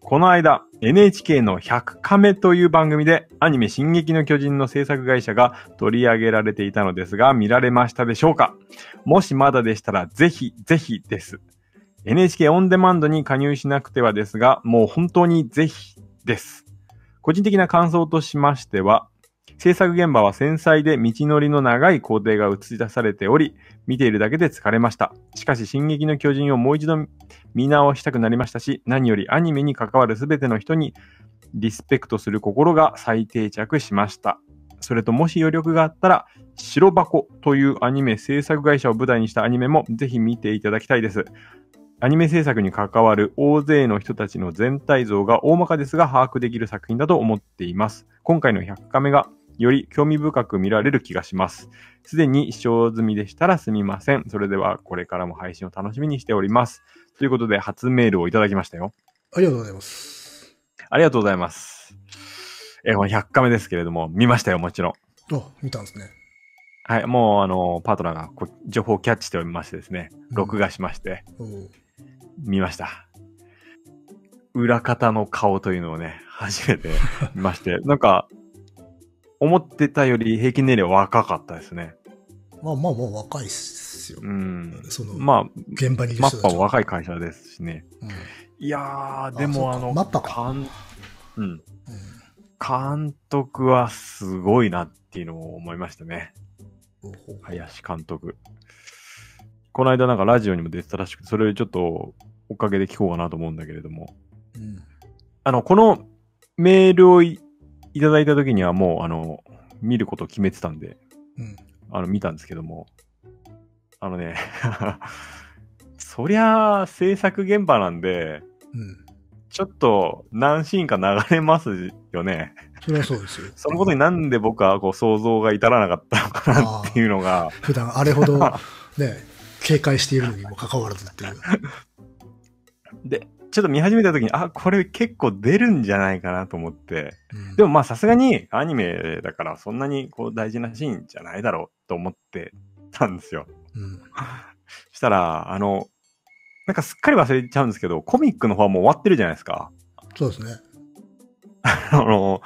A: この間、NHK の100カメという番組で、アニメ進撃の巨人の制作会社が取り上げられていたのですが、見られましたでしょうかもしまだでしたら、ぜひ、ぜひです。NHK オンデマンドに加入しなくてはですが、もう本当にぜひです。個人的な感想としましては、制作現場は繊細で道のりの長い工程が映し出されており、見ているだけで疲れました。しかし、進撃の巨人をもう一度見直したくなりましたし、何よりアニメに関わるすべての人にリスペクトする心が再定着しました。それともし余力があったら、白箱というアニメ制作会社を舞台にしたアニメもぜひ見ていただきたいです。アニメ制作に関わる大勢の人たちの全体像が大まかですが把握できる作品だと思っています。今回の100カメがより興味深く見られる気がします。すでに視聴済みでしたらすみません。それではこれからも配信を楽しみにしております。ということで初メールをいただきましたよ。
B: ありがとうございます。
A: ありがとうございます。えー、この100カメですけれども、見ましたよ、もちろん。
B: あ、見たんですね。
A: はい、もう、あの、パートナーがこう情報をキャッチしておりましてですね、
B: うん
A: 録画しまして、
B: おう
A: 見ました。裏方の顔というのをね、初めて見ま して、なんか、思ってたより平均年齢は若かったですね。
B: まあまあまあ若いっすよ
A: う。ん。
B: その、
A: まあ、
B: 現場にいる
A: マ
B: 人
A: ッパ
B: たち
A: も
B: は。
A: 若い会社ですしね。
B: うん
A: いやー、でもあ
B: あそうか
A: の、
B: マッパか
A: 監うん。
B: う
A: 監督はすごいなっていうのを思いましたね。
B: んほうほう
A: 林監督。この間なんかラジオにも出てたらしくて、それをちょっと追っかけで聞こうかなと思うんだけれども。
B: うん
A: あの、このメールをいいただいた時にはもう、あの、見ることを決めてたんで、
B: うん
A: あの、見たんですけども。あのね、 そりゃあ制作現場なんで、
B: うん
A: ちょっと何シーンか流れますよね。
B: それはそうですよ。
A: そのことになんで僕はこう想像が至らなかったのかなっていうのが、
B: 普段あれほ ど、ね、警戒しているのにもかかわらずっていう。
A: で、 ちょっと見始めた時に、あ、これ結構出るんじゃないかなと思って、
B: うん
A: でもまあさすがにアニメだからそんなにこう大事なシーンじゃないだろうと思ってたんですよ。
B: うん
A: したら、あの、なんかすっかり忘れちゃうんですけど、コミックの方はもう終わってるじゃないですか。
B: そうですね。
A: あの、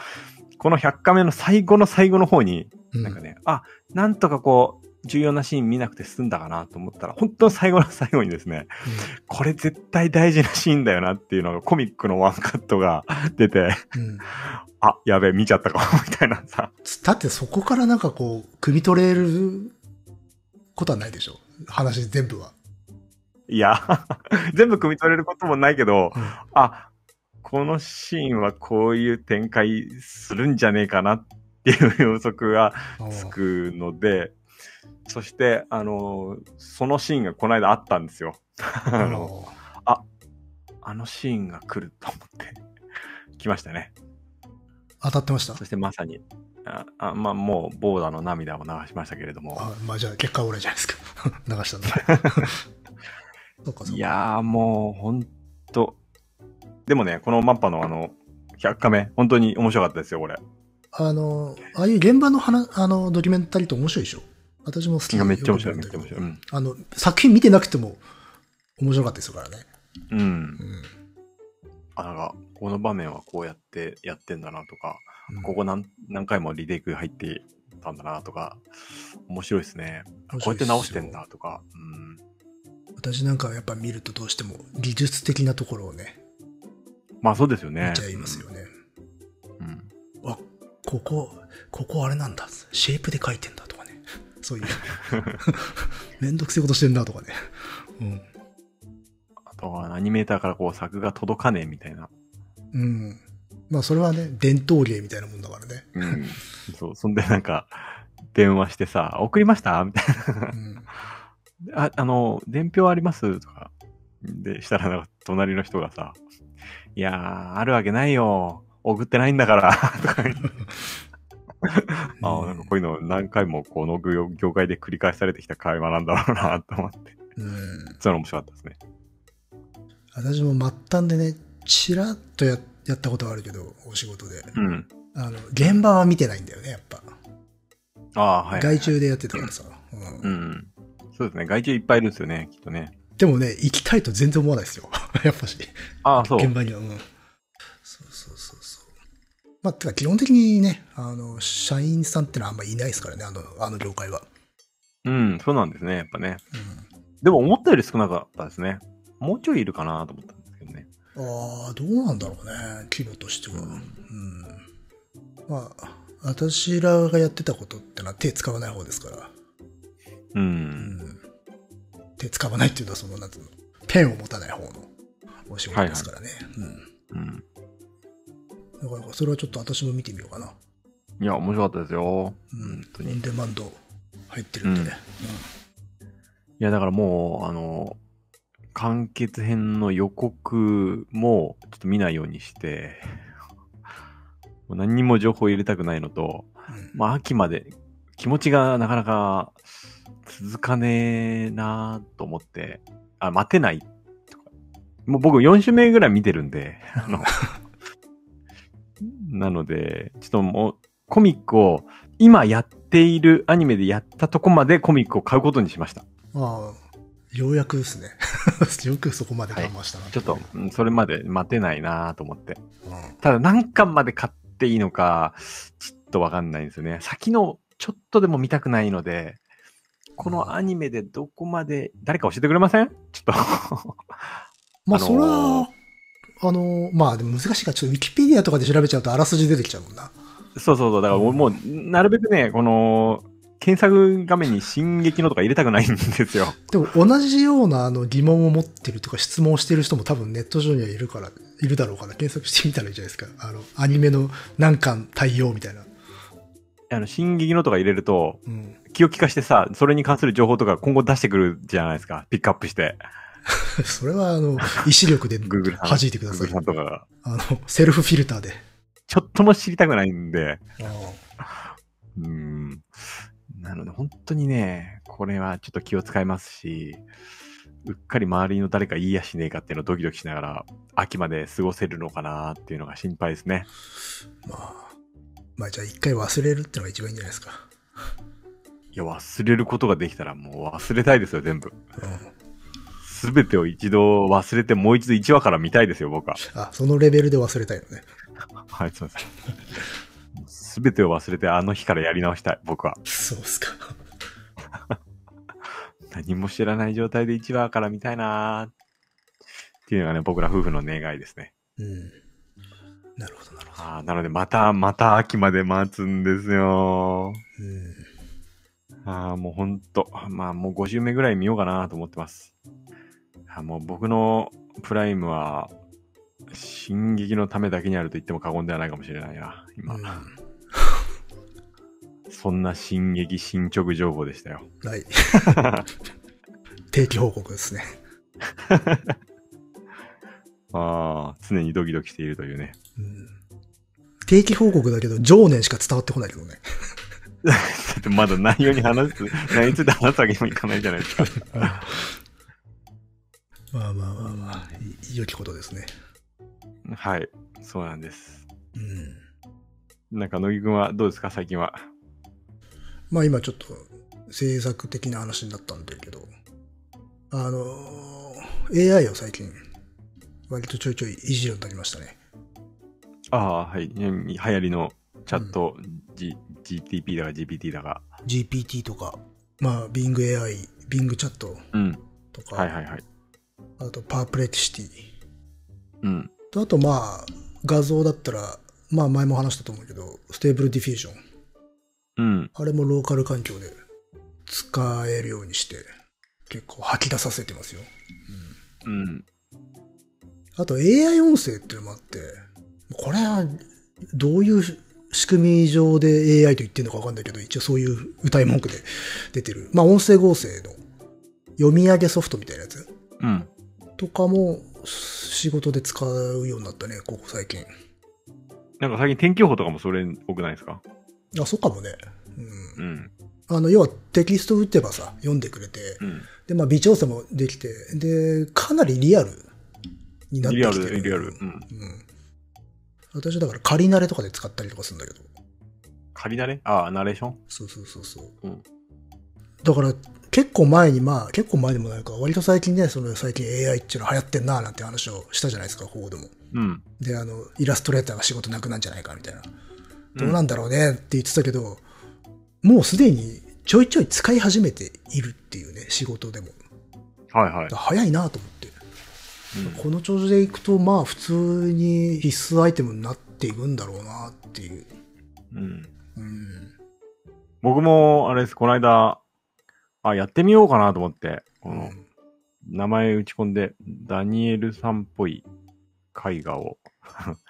A: この100カメの最後の最後の方に、
B: うん
A: なんかね、あ、なんとかこう、重要なシーン見なくて済んだかなと思ったら、本当の最後の最後にですね、これ絶対大事なシーンだよなっていうのがコミックのワンカットが出て、
B: うんうん
A: あ、やべえ、見ちゃったかも、みたいなさ。
B: つだってそこからなんかこう、汲み取れることはないでしょ。話全部は。
A: いや、 全部汲み取れることもないけど、
B: うん
A: あ、このシーンはこういう展開するんじゃねえかなっていう予測が つくので、そして、あの、そのシーンがこの間あったんですよ。あの、
B: おー
A: あのシーンが来ると思って、 来ましたね。
B: 当たってました
A: そしてまさに、ああまあ、もう、ボーダーの涙を流しましたけれども。
B: あまあじゃあ結果は俺じゃない ですか。流したの。 そうかそうか。
A: いやーもうほんと。でもね、このマッパのあの、100カメ、本当に面白かったですよ、これ。
B: あの、ああいう現場の話、あの、ドキュメンタリーって面白いでしょ私も好き
A: いやめっちゃ面白い、
B: よ
A: め
B: く
A: っちゃ
B: 読
A: 面
B: んだけ
A: 白い。う
B: ど
A: ん。
B: あの、作品見てなくても面白かったですからね。
A: うん。
B: うん
A: あ、なんか、この場面はこうやってやってんだなとか、
B: うん
A: ここ何何回もリテイク入ってたんだなとか、面白いですね。こうやって直してん。だとか、うん。
B: 私なんかはやっぱ見るとどうしても技術的なところをね、
A: まあそうですよね。
B: 見ちゃいますよね。
A: うん。
B: あ、ここ、ここあれなんだ。シェイプで書いてんだとかね。そ う いう。めんどくせえことしてんだとかね。うん。
A: あとはアニメーターからこう作が届かねえみたいな。
B: うん。まあそれはね、伝統芸みたいなもんだからね。
A: うん。 そう。そんでなんか、電話してさ、送りましたみたいな。
B: うん。
A: あ、あの、伝票ありますとか。で、したら、なんか、隣の人がさ、いやー、あるわけないよ。送ってないんだから。 とか言って あーなんかこういうの何回もこの業業界で繰り返されてきた会話なんだろうなと思って。
B: うん。
A: そういうの面白かったですね。
B: 私も末端でね、ちらっとややったことはあるけど、お仕事で。
A: うん。
B: あの、現場は見てないんだよね、やっぱ。
A: ああ、はい。
B: 外注でやってたからさ。うん
A: うん。そうですね。外注いっぱいいるんですよね、きっとね。
B: でもね、行きたいと全然思わないですよ。 やっぱし。
A: ああ、そう。
B: 現場には。うん。そうそうそうそう。まあ、てか基本的にね、あの、社員さんってのはあんまいないですからね、あの、あの業界は。
A: うん、そうなんですね、やっぱね。
B: うん。
A: でも思ったより少なかったですね。もうちょいいるかなと思ったんですけどね。
B: ああ、どうなんだろうね、規模としては。うん。まあ、私らがやってたことってのは手使わない方ですから。
A: う。
B: うんん手使わないっていうのはそのなんつうのペンを持たない方のお仕事ですからね、
A: うん。
B: うん、だからそれはちょっと私も見てみようかな、
A: いや、面白かったですよ。
B: うん、
A: 本当に
B: オンデマンド入ってるんでね、
A: いや、だからもう、あの、完結編の予告もちょっと見ないようにして、もう何にも情報入れたくないのと、
B: うんうん
A: まあ、秋まで気持ちがなかなか続かねえなと思って、あ、待てないとか。もう僕4週目ぐらい見てるんで、あの、なので、ちょっともうコミックを今やっているアニメでやったとこまでコミックを買うことにしました。
B: まあようやくですね よくそこまで我慢したな、
A: ちょっと、うんそれまで待てないなと思って。
B: うん
A: ただ何巻まで買っていいのか、ちょっとわかんないんですよね。先のちょっとでも見たくないので、このアニメでどこまで、誰か教えてくれませんちょっと
B: まあ
A: あのー
B: それはあのーまあでも難しいからちょっとウィキペディアとかで調べちゃうとあらすじ出てきちゃうもんな
A: そうそうそう。だからもう、もうなるべくね、この、検索画面に進撃のとか入れたくないんですよ。
B: でも同じようなあの疑問を持ってるとか質問をしてる人も多分ネット上にはいるから、いるだろうから検索してみたらいいじゃないですか。あの、アニメの何巻対応みたいな。
A: あの、進撃のとか入れると、
B: うん。
A: 気を利かしてさ、それに関する情報とか今後出してくるじゃないですか。ピックアップして。
B: それはあの、意志力で
A: Google さん
B: 弾いてくださ
A: 鈴
B: い
A: 木さ。んとかが。
B: あの、セルフフィルターで。
A: ちょっとも知りたくないんで。
B: あ
A: うーん。なので、本当にね、これはちょっと気を使いますし、うっかり周りの誰か言いやしねえかっていうのをドキドキしながら、秋まで過ごせるのかなっていうのが心配ですね。
B: まあ、まあじゃあ一回忘れるってのが一番いいんじゃないですか。
A: いや、忘れることができたらもう忘れたいですよ、全部。
B: うん。
A: すべてを一度忘れて、もう一度1話から見たいですよ、僕は。
B: あ、そのレベルで忘れたいのね。
A: はい、すいません。すべてを忘れて、あの日からやり直したい、僕は。
B: そうっすか。
A: 何も知らない状態で1話から見たいなーっていうのがね、僕ら夫婦の願いですね。
B: うん。なるほど、なるほど。
A: あーなので、また、また秋まで待つんですよ。
B: うん。
A: ああ、もうほんと、まあもう50名ぐらい見ようかなと思ってます。あーもう僕のプライムは、進撃のためだけにあると言っても過言ではないかもしれないな、今。
B: うん
A: そんな進撃進捗情報でしたよ。
B: はい。 定期報告ですね。
A: ああ、常にドキドキしているという ね。
B: うん。定期報告だけど、常年しか伝わってこないけどね。
A: だってまだ内容に話す、 内容について話すわけにもいかないじゃないですか。
B: まあまあまあまあ、い良きことですね。
A: はい、そうなんです。
B: うん。
A: なんか乃木くんはどうですか、最近は。
B: まあ今ちょっと制作的な話になったんだけど、あのー、AI を最近、割とちょいちょいいじるようになりましたね。
A: ああ、はい。うん流行りのチャット、G、GTP だか GPT だか。
B: GPT とか、まあ Bing AI、Bing チャット
A: うん。
B: とか、
A: はいはいはい。
B: あとパープレクシティ
A: うん。
B: と、あとまあ画像だったら、まあ前も話したと思うけど、ステーブルディフュージョン。
A: うん。
B: あれもローカル環境で使えるようにして、結構吐き出させてますよ。
A: うん。
B: あと AI 音声っていうのもあって、これはどういう仕組み上で AI と言ってるのかわかんないけど、一応そういう歌い文句で 出てる。まあ音声合成の読み上げソフトみたいなやつ
A: うん。
B: とかも仕事で使うようになったね、ここ最近。
A: なんか最近天気予報とかもそれ多くないですか
B: あ、そうかもね。うん。
A: うん。
B: あの、要はテキスト打てばさ、読んでくれて、
A: うん。
B: で、まあ微調整もできて、で、かなりリアルになって
A: リア
B: きて
A: ル、
B: る。
A: リアル。うん。
B: うん。私はだから仮慣れとかで使ったりとかするんだけど。
A: 仮だね。ああ、ナレーション
B: そうそうそうそう。
A: うん
B: だから結構前にまあ結構前でもないか割と最近ねその最近 AI っていうの流行ってんななんて話をしたじゃないですかここでも。
A: うん。
B: であのイラストレーターが仕事なくなんじゃないかみたいな。どう
A: う
B: なんんだろうねって言ってたけど、もうすでにちょいちょい使い始めているっていうね仕事でも。
A: はいはい
B: だか。ら早いなと思って。
A: うん
B: この調子でいくとまあ普通に必須アイテムになっていくんだろうなっていう。
A: うん。
B: うん。
A: 僕も、あれです、この間、あ、やってみようかなと思って、こ
B: う
A: の、
B: ん
A: 名前打ち込んで、ダニエルさんっぽい絵画を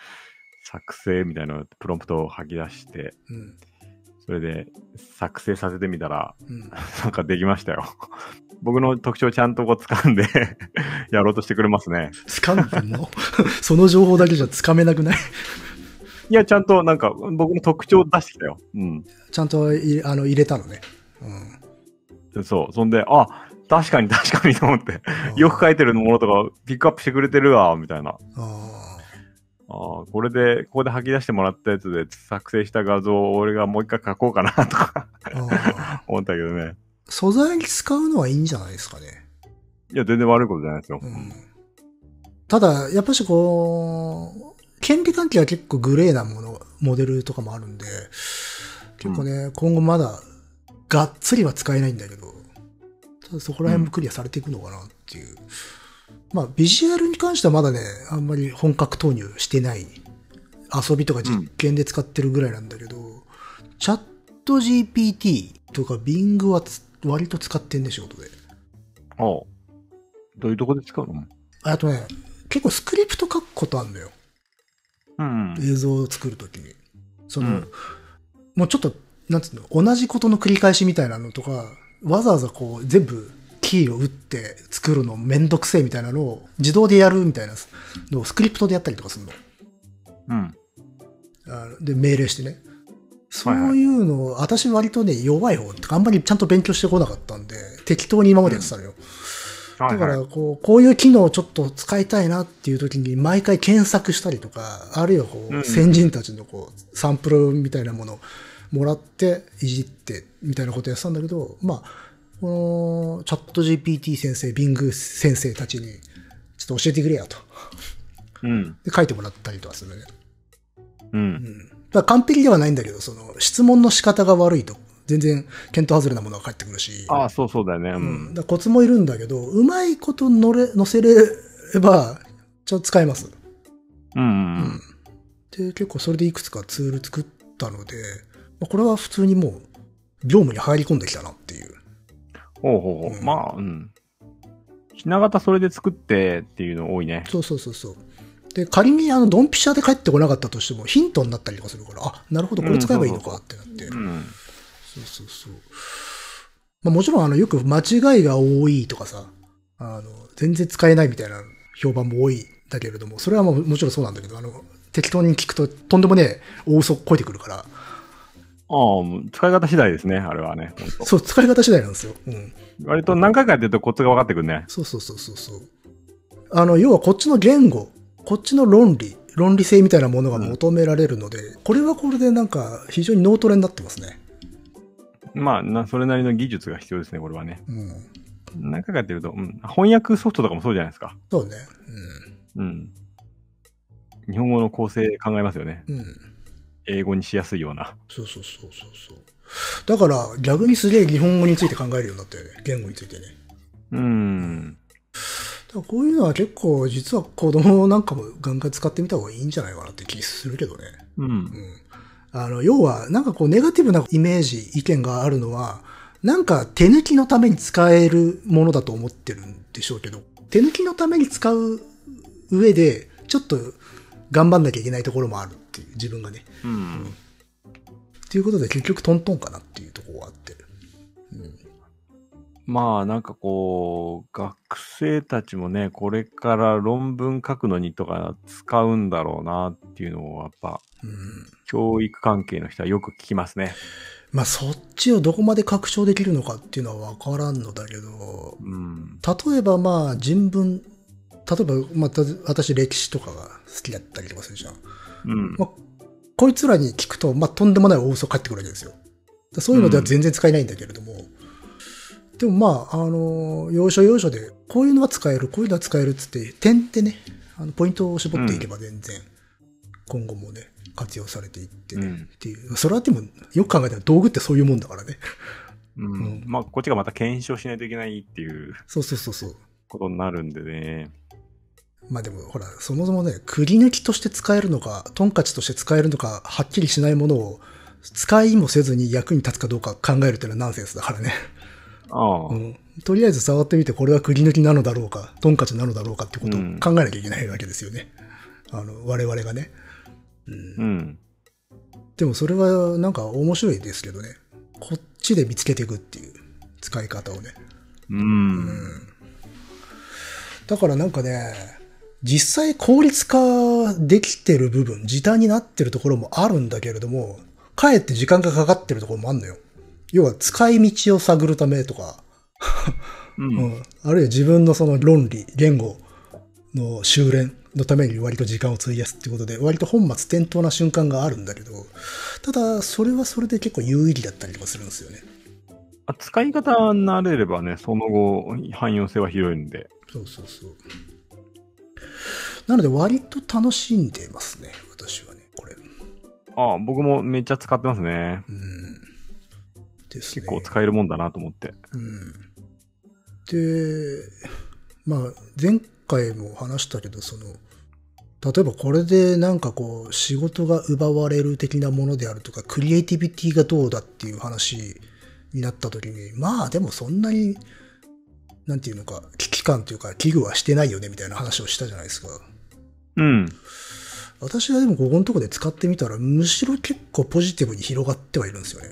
A: 作成みたいなのをプロンプトを吐き出して、
B: うん。
A: それで作成させてみたら、
B: うん。
A: なんかできましたよ。 僕の特徴ちゃんとこう掴んで、 やろうとしてくれますね。
B: 掴ん でんのその情報だけじゃ掴めなくない
A: いや、ちゃんとなんか僕の特徴出してきたよ。うん。
B: ちゃんといあの入れたのね。うん
A: そう。そんで、あ、確かに確かにと思 って、
B: あー。
A: よく書いてるものとかピックアップしてくれてるわ、みたいな。
B: あ
A: ああ、これで、ここで吐き出してもらったやつで作成した画像を俺がもう一回書こうかな とか
B: ーあー。
A: 思ったけどね。
B: 素材に使うのはいいんじゃないですかね。
A: いや、全然悪いことじゃないですよ。
B: うん、ただ、やっぱしこう、権利関係は結構グレーなもの、モデルとかもあるんで、結構ね、今後まだ、がっつりは使えないんだけど、ただそこら辺もクリアされていくのかなっていう。まあ、ビジュアルに関してはまだね、あんまり本格投入してない。遊びとか実験で使ってるぐらいなんだけど、チャット GPT とか Bing はつ割と使ってんね、仕事で。
A: おうどういうとこで使うの
B: あとね、結構スクリプト書くことあるのよ。
A: うん。
B: 映像を作るときに。その、
A: うん
B: もうちょっと、なんつうの、同じことの繰り返しみたいなのとか、わざわざこう、全部、キーを打って作るのめんどくせえみたいなのを自動でやるみたいなのをスクリプトでやったりとかするの。
A: うん。
B: あので、命令してね。そ
A: はいはいう
B: いうのを、私割とね、弱い方とか、あんまりちゃんと勉強してこなかったんで、適当に今までやってたのよ。
A: はい
B: だか
A: はい。
B: ら、こう、こういう機能をちょっと使いたいなっていう時に、毎回検索したりとか、あるいはこ
A: うん
B: う、先人たちのこう、サンプルみたいなものをもらって、いじって、みたいなことやってたんだけど、まあ、この、チャット GPT 先生、ビング先生たちに、ちょっと教えてくれやと。
A: うん。
B: で、書いてもらったりとかするね。
A: う。
B: うんん。だから完璧ではないんだけど、その、質問の仕方が悪いと、全然、見当外れなものが返ってくるし。
A: ああ、そうそうだよね。う
B: うん、
A: ん。
B: だからコツもいるんだけど、うまいこと乗れ、乗せれば、ちょっと使えます。
A: うん。う
B: うんん。で、結構それでいくつかツール作ったので、まあこれは普通にもう、業務に入り込んできたなっていう。
A: ほうほうほ
B: う
A: う。
B: ん
A: まあ、うん。ひな形それで作ってっていうの多いね。
B: そうそうそうそう。で、仮にあの、ドンピシャで帰ってこなかったとしても、ヒントになったりとかするから、あ、なるほど、これ使えばいいのかってなって。
A: うん。
B: そうそうそう。まあ、もちろん、あの、よく間違いが多いとかさ、あの、全然使えないみたいな評判も多いんだけれども、それはもうもちろんそうなんだけど、あの、適当に聞くととんでもねえ大嘘こいてくるから、
A: ああ、使い方次第ですね、あれはね。ほんと
B: そう、使い方次第なんですよ。うん。
A: 割と何回かやってるとコツが分かってくるね。
B: そうそうそうそうそう。あの、要はこっちの言語、こっちの論理、論理性みたいなものが求められるので、これはこれでなんか非常に脳トレになってますね。
A: まあ、なそれなりの技術が必要ですね、これはね。
B: うん。
A: 何回かやってると、うん。翻訳ソフトとかもそうじゃないですか。
B: そうね。
A: うん。日本語の構成考えますよね。
B: うん。うん。
A: 英語にしやすいような。
B: そうそうそうそうそう。だから逆にすげえ日本語について考えるようになったよね。言語についてね。
A: うん。
B: だからこういうのは結構実は子供なんかもガンガン使ってみた方がいいんじゃないかなって気するけどね。
A: う。
B: うんん。あの、要はなんかこうネガティブなイメージ、意見があるのは、なんか手抜きのために使えるものだと思ってるんでしょうけど、手抜きのために使う上で、ちょっと頑張んなきゃいけないところもあるっていう、自分がね。
A: うん。
B: ということで結局トントンかなっていうところがあって。うん
A: まあ、なんかこう、学生たちもね、これから論文書くのにとか使うんだろうなっていうのを、やっぱ、
B: うん
A: 教育関係の人はよく聞きますね。
B: まあそっちをどこまで拡張できるのかっていうのは分からんのだけど、
A: うん。
B: 例えばまあ人文、例えばまた私歴史とかが好きだったりとかするじゃん。
A: うん。
B: まあ、こいつらに聞くと、まあとんでもない大嘘返ってくるわけですよ。だからそういうのでは全然使えないんだけれども、でもまあ、あの、要所要所で、こういうのは使える、こういうのは使えるっつって、点ってね、あのポイントを絞っていけば全然、今後もね、活用されていって、
A: うん
B: っていう。それはでも、よく考えたら道具ってそういうもんだからね。
A: うん、まあ、こっちがまた検証しないといけないっていう
B: そうそうそうそう。
A: ことになるんでね。
B: まあでも、ほら、そもそもね、くり抜きとして使えるのか、トンカチとして使えるのか、はっきりしないものを、使いもせずに役に立つかどうか考えるっていうのはナンセンスだからね。
A: ああ、
B: うん。とりあえず触ってみて、これはくり抜きなのだろうか、トンカチなのだろうかってことを
A: うん
B: 考えなきゃいけないわけですよね。あの、我々がね。うん
A: うん。
B: でもそれはなんか面白いですけどね。こっちで見つけていくっていう使い方をね。
A: うん。
B: だからなんかね、実際効率化できてる部分、時短になってるところもあるんだけれども、かえって時間がかかってるところもあるのよ。要は使い道を探るためとか、
A: うん。
B: うんあるいは自分のその論理、言語の修練のために割と時間を費やすってことで、割と本末転倒な瞬間があるんだけど、ただ、それはそれで結構有意義だったりとかするんですよね。
A: あ使い方慣れればね、その後、汎用性は広いんで。
B: そうそうそう。なので割と楽しんでますね、私はね、これ。
A: ああ、僕もめっちゃ使ってますね。
B: うん。ですね。
A: 結構使えるもんだなと思って。
B: うん。で、まあ、前回も話したけど、その、例えばこれでなんかこう、仕事が奪われる的なものであるとか、クリエイティビティがどうだっていう話になった時に、まあでもそんなに、なんていうのか、危機感というか、危惧はしてないよねみたいな話をしたじゃないですか。
A: うん。
B: 私はでもここのとこで使ってみたら、むしろ結構ポジティブに広がってはいるんですよね。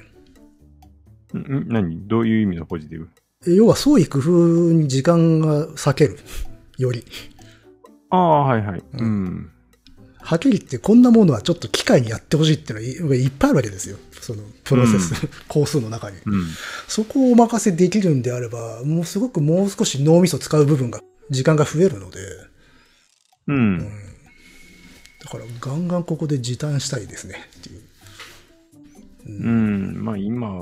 A: んん何どういう意味のポジティブ
B: 要は創意工夫に時間が割ける。より。
A: ああ、はいはい。
B: う
A: うん。
B: はっきり言ってこんなものはちょっと機械にやってほしいっていうのがいいっぱいあるわけですよ。そのプロセス、工数の中に。
A: うん。
B: そこをお任せできるんであれば、もうすごくもう少し脳みそ使う部分が、時間が増えるので、
A: うん。
B: だからガンガンここで時短したいですね、っていう。
A: うん。まあ今、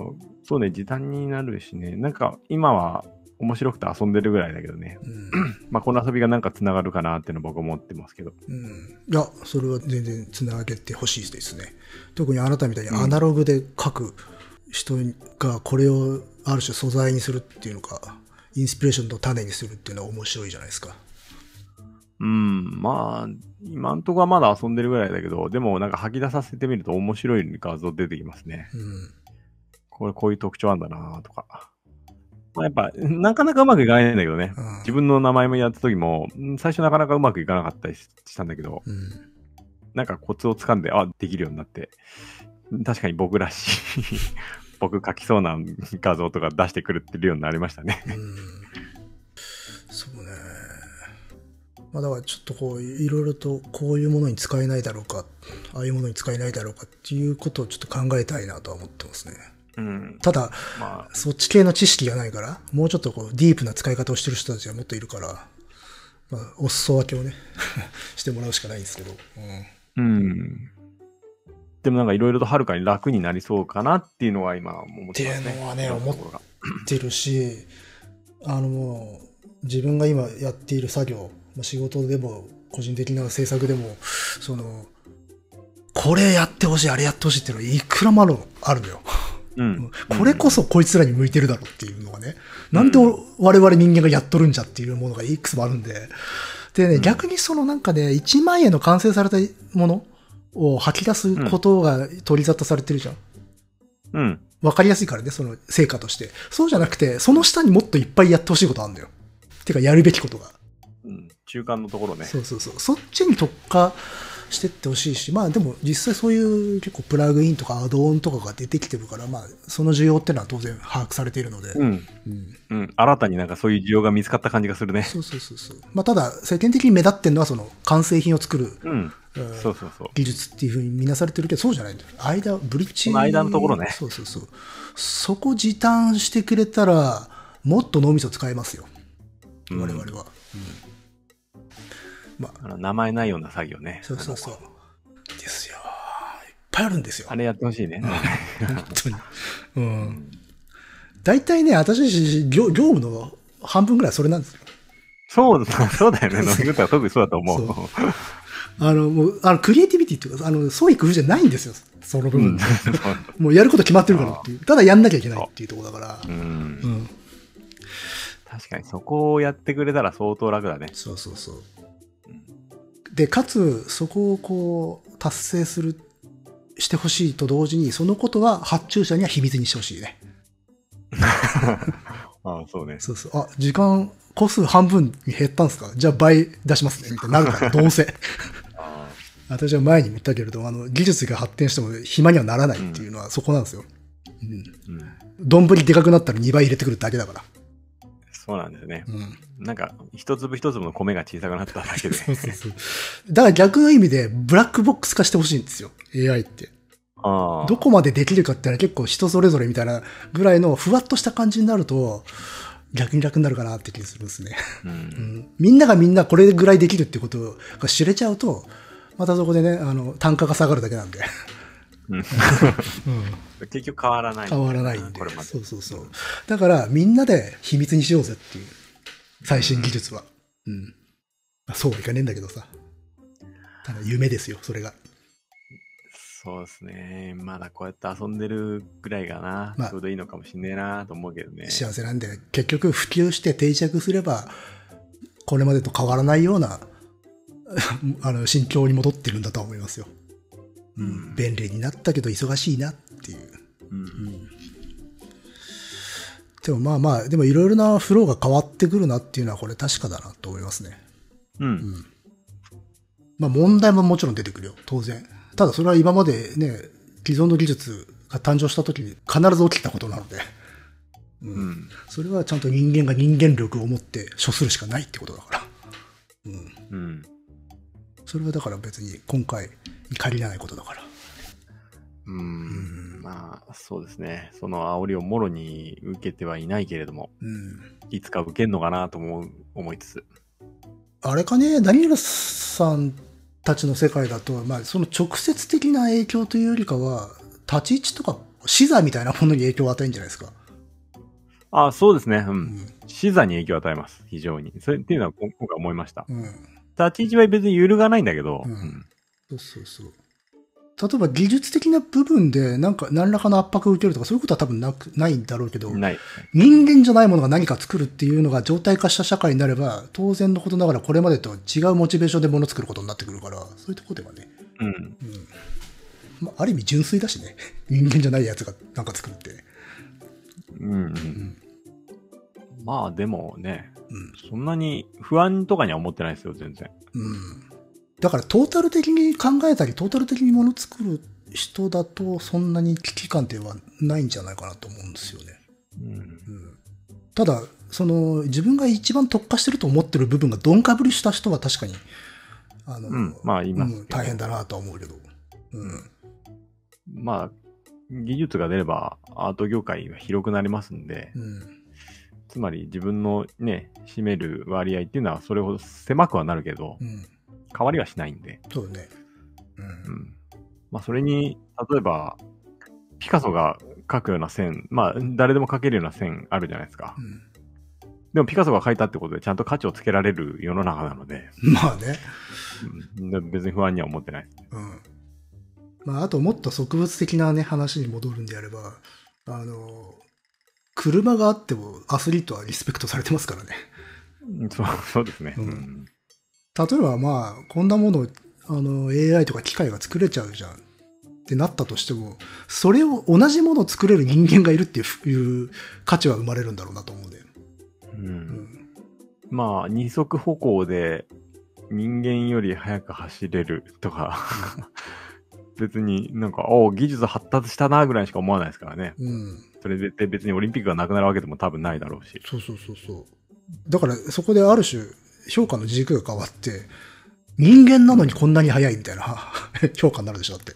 A: そうね、時短になるしね。なんか今は面白くて遊んでるぐらいだけどね。
B: うん。
A: まあこの遊びがなんか繋がるかなっていうの僕思ってますけど。
B: うん。いや、それは全然繋げてほしいですね。特にあなたみたいにアナログで書く人がこれをある種素材にするっていうのか、インスピレーションの種にするっていうのは面白いじゃないですか。
A: うん。まあ、今んとこはまだ遊んでるぐらいだけど、でもなんか吐き出させてみると面白い画像出てきますね。
B: うん。
A: これこういう特徴あんだなとか。まあ、やっぱ、なかなかうまくいかないんだけどね。
B: うん
A: 自分の名前もやった時も、うん最初なかなかうまくいかなかったりしたんだけど、
B: うん。
A: なんかコツをつかんで、あ、できるようになって、確かに僕らしい、 僕書きそうな画像とか出してくるってるようになりましたね。
B: うん。そうね。まあだからちょっとこう、いろいろとこういうものに使えないだろうか、ああいうものに使えないだろうかっていうことをちょっと考えたいなとは思ってますね。
A: うん。
B: ただ、
A: まあ、
B: そっち系の知識がないから、もうちょっとこう、ディープな使い方をしてる人たちがもっといるから、まあ、お裾分けをね、 してもらうしかないんですけど。うん。
A: うん。でもなんかいろいろとはるかに楽になりそうかなっていうのは今思ってますね。
B: っていうのはね
A: 今ところが
B: ってるし、あのもう、自分が今やっている作業、まあ仕事でも、個人的な制作でも、その、これやってほしい、あれやってほしいっていうのはいくらもあるのあるのよ。
A: うん。
B: これこそこいつらに向いてるだろうっていうのがね、なんで我々人間がやっとるんじゃっていうものがいくつもあるんで、でね、逆にそのなんかね、1万円の完成されたものを吐き出すことが取り沙汰されてるじゃん。
A: うん。
B: わかりやすいからね、その成果として。そうじゃなくて、その下にもっといっぱいやってほしいことあるんだよ。てか、やるべきことが。
A: うん。中間のところね。
B: そうそうそう。そっちに特化してってほしいし、まあでも実際そういう結構プラグインとかアドオンとかが出てきてるから、まあその需要ってのは当然把握されているので。
A: うん。
B: うん
A: うん。新たになんかそういう需要が見つかった感じがするね。
B: そうそうそうそう。まあ、ただ、世間的に目立ってるのは、その、完成品を作る、
A: うん。
B: えー
A: そうそうそう。
B: 技術っていうふうに見なされてるけど、そうじゃないんだよ。間、ブリッジ。
A: この間のところね
B: そうそうそう。そこ時短してくれたら、もっと脳みそ使えますよ。
A: う
B: 我
A: ん
B: 々は。まあ、
A: あの名前ないような作業ね。
B: そうそうそう。ですよ。いっぱいあるんですよ
A: あ。れやってほしいね。
B: 本当に。うん。大体ね、私たち業業務の半分ぐらいそれなんですよ。
A: そう、 そうだよね。飲み口は特にそうだと思う。
B: あの、もう、あの、クリエイティビティっていうか、あの、創意工夫じゃないんですよ。その部分。もうやること決まってるからっていう。ただやんなきゃいけないっていうところだから
A: う。ん
B: う。ん。
A: 確かにそこをやってくれたら相当楽だね。
B: そうそうそう。で、かつ、そこをこう、達成する、してほしいと同時に、そのことは発注者には秘密にしてほしいね。
A: ああ、そうね。
B: そうそう。あ、時間、個数半分に減ったんですかじゃあ倍出しますね。みたいになる から、どうせ。
A: あ
B: 私は前にも言ったけれど、あの、技術が発展しても暇にはならないっていうのはそこなんですよ。うん。
A: ーうん
B: 丼でかくなったら2倍入れてくるだけだから。
A: そうなんだよね。
B: うん。
A: なんか、一粒一粒の米が小さくなっただけで。
B: そうそうそう。だから逆の意味で、ブラックボックス化してほしいんですよ。AI って。
A: ああ。
B: どこまでできるかってのは結構人それぞれみたいなぐらいのふわっとした感じになると、逆に楽になるかなって気がするんですね。
A: う。
B: うんん。みんながみんなこれぐらいできるってことが知れちゃうと、またそこでね、あの、単価が下がるだけなんで。
A: うん
B: うん。
A: 結局変わらない。
B: 変わらないんで
A: これま。で。
B: そうそうそう。だからみんなで秘密にしようぜっていう。最新技術は。うん。まあそうはいかねえんだけどさ。ただ夢ですよ、それが。
A: そうですね。まだこうやって遊んでるぐらいがな、
B: まあ
A: ちょうどいいのかもしんねえなと思うけどね。
B: 幸せなんで、結局普及して定着すれば、これまでと変わらないような、 あの、心境に戻ってるんだとは思いますよ。うん。便利になったけど忙しいなっていう。
A: うん。
B: でもまあまあ、でもいろいろなフローが変わってくるなっていうのはこれ確かだなと思いますね。
A: うん。
B: まあ問題ももちろん出てくるよ、当然。ただそれは今までね、既存の技術が誕生した時に必ず起きたことなので、
A: うん。
B: それはちゃんと人間が人間力を持って処するしかないってことだから。
A: うん。
B: それはだから別に今回に限らないことだから。
A: う。
B: うんん。
A: まあ、そうですね。その煽りをもろに受けてはいないけれども、
B: うん。
A: いつか受けんのかなと思う、思いつつ。
B: あれかね、ダニエルさんたちの世界だと、まあ、その直接的な影響というよりかは、立ち位置とか、視座みたいなものに影響を与えるんじゃないですか。
A: あ、そうですね。う。
B: うんん。
A: 視座に影響を与えます。非常に。それっていうのは今今回思いました。
B: うん。
A: 立ち位置は別に揺るがないんだけど、
B: うん
A: うん
B: そうそうそう。例えば技術的な部分で、なんか、何らかの圧迫を受けるとか、そういうことは多分なく、ないんだろうけど、
A: ない。
B: 人間じゃないものが何か作るっていうのが状態化した社会になれば、当然のことながらこれまでと違うモチベーションで物作ることになってくるから、そういうとこではね、
A: うん。
B: まあ、ある意味純粋だしね。人間じゃないやつがなんか作るって。
A: うん、う。
B: うんん。
A: まあでもね、
B: うん。
A: そんなに不安とかには思ってないですよ、全然。
B: うん。だからトータル的に考えたり、トータル的に物作る人だと、そんなに危機感っていうのはないんじゃないかなと思うんですよね。
A: うん。
B: うん。ただ、その、自分が一番特化してると思ってる部分が鈍化ぶりした人は確かに、あの、
A: うんまあ言いますけど
B: うん大変だなとは思うけど。うん。
A: まあ、技術が出ればアート業界は広くなりますんで、
B: うん。
A: つまり自分のね、占める割合っていうのはそれほど狭くはなるけど
B: う、ん。
A: 変わりはしないんで、
B: そうだね。う。
A: うんん。まあそれに、例えば、ピカソが描くような線、まあ誰でも描けるような線あるじゃないですか
B: う。ん。
A: でもピカソが描いたってことでちゃんと価値をつけられる世の中なので、
B: まあね。
A: うんで別に不安には思ってないです。
B: うん。まあ、あともっと植物的なね、話に戻るんであれば、あの、車があってもアスリートはリスペクトされてますからね。
A: うんそうそうですね。
B: う
A: うんん
B: 例えばまあ、こんなものを、あの、AI とか機械が作れちゃうじゃん。ってなったとしても、それを同じものを作れる人間がいるっていういう価値は生まれるんだろうなと思うんだよ。
A: う
B: うんん。
A: まあ、二足歩行で人間より速く走れるとか、別になんか、おう技術発達したなぐらいしか思わないですからね。
B: うん。
A: それで別にオリンピックがなくなるわけでも多分ないだろうし。
B: そうそうそうそう。だからそこである種、評価の軸が変わって、人間なのにこんなに早いみたいな 評価になるでしょ、だって。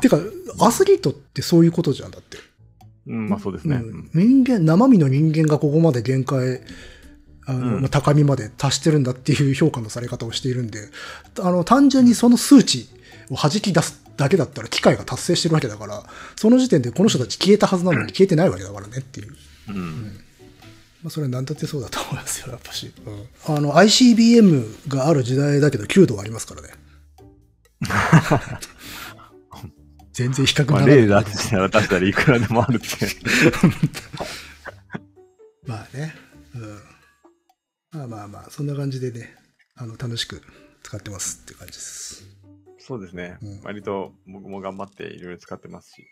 B: てか、アスリートってそういうことじゃんだって。
A: うん、まあそうですね。
B: うん人間、生身の人間がここまで限界、あの
A: うん
B: まあ高みまで達してるんだっていう評価のされ方をしているんで、あの、単純にその数値を弾き出すだけだったら機械が達成してるわけだから、その時点でこの人たち消えたはずなのに消えてないわけだからねっていう。
A: うん。
B: まあ、それは何だってそうだと思いますよ、 やっぱし。あの、ICBM がある時代だけど、弓道はありま すからね。全然比較に
A: ま
B: な
A: あ
B: らない。
A: 例出したら出したらいくらでもあるって。
B: まあね。うん。まあまあまあ、そんな感じでね、あの、楽しく使ってますって感じです。
A: そうですね。
B: うん
A: 割と僕も頑張っていろいろ使ってますし。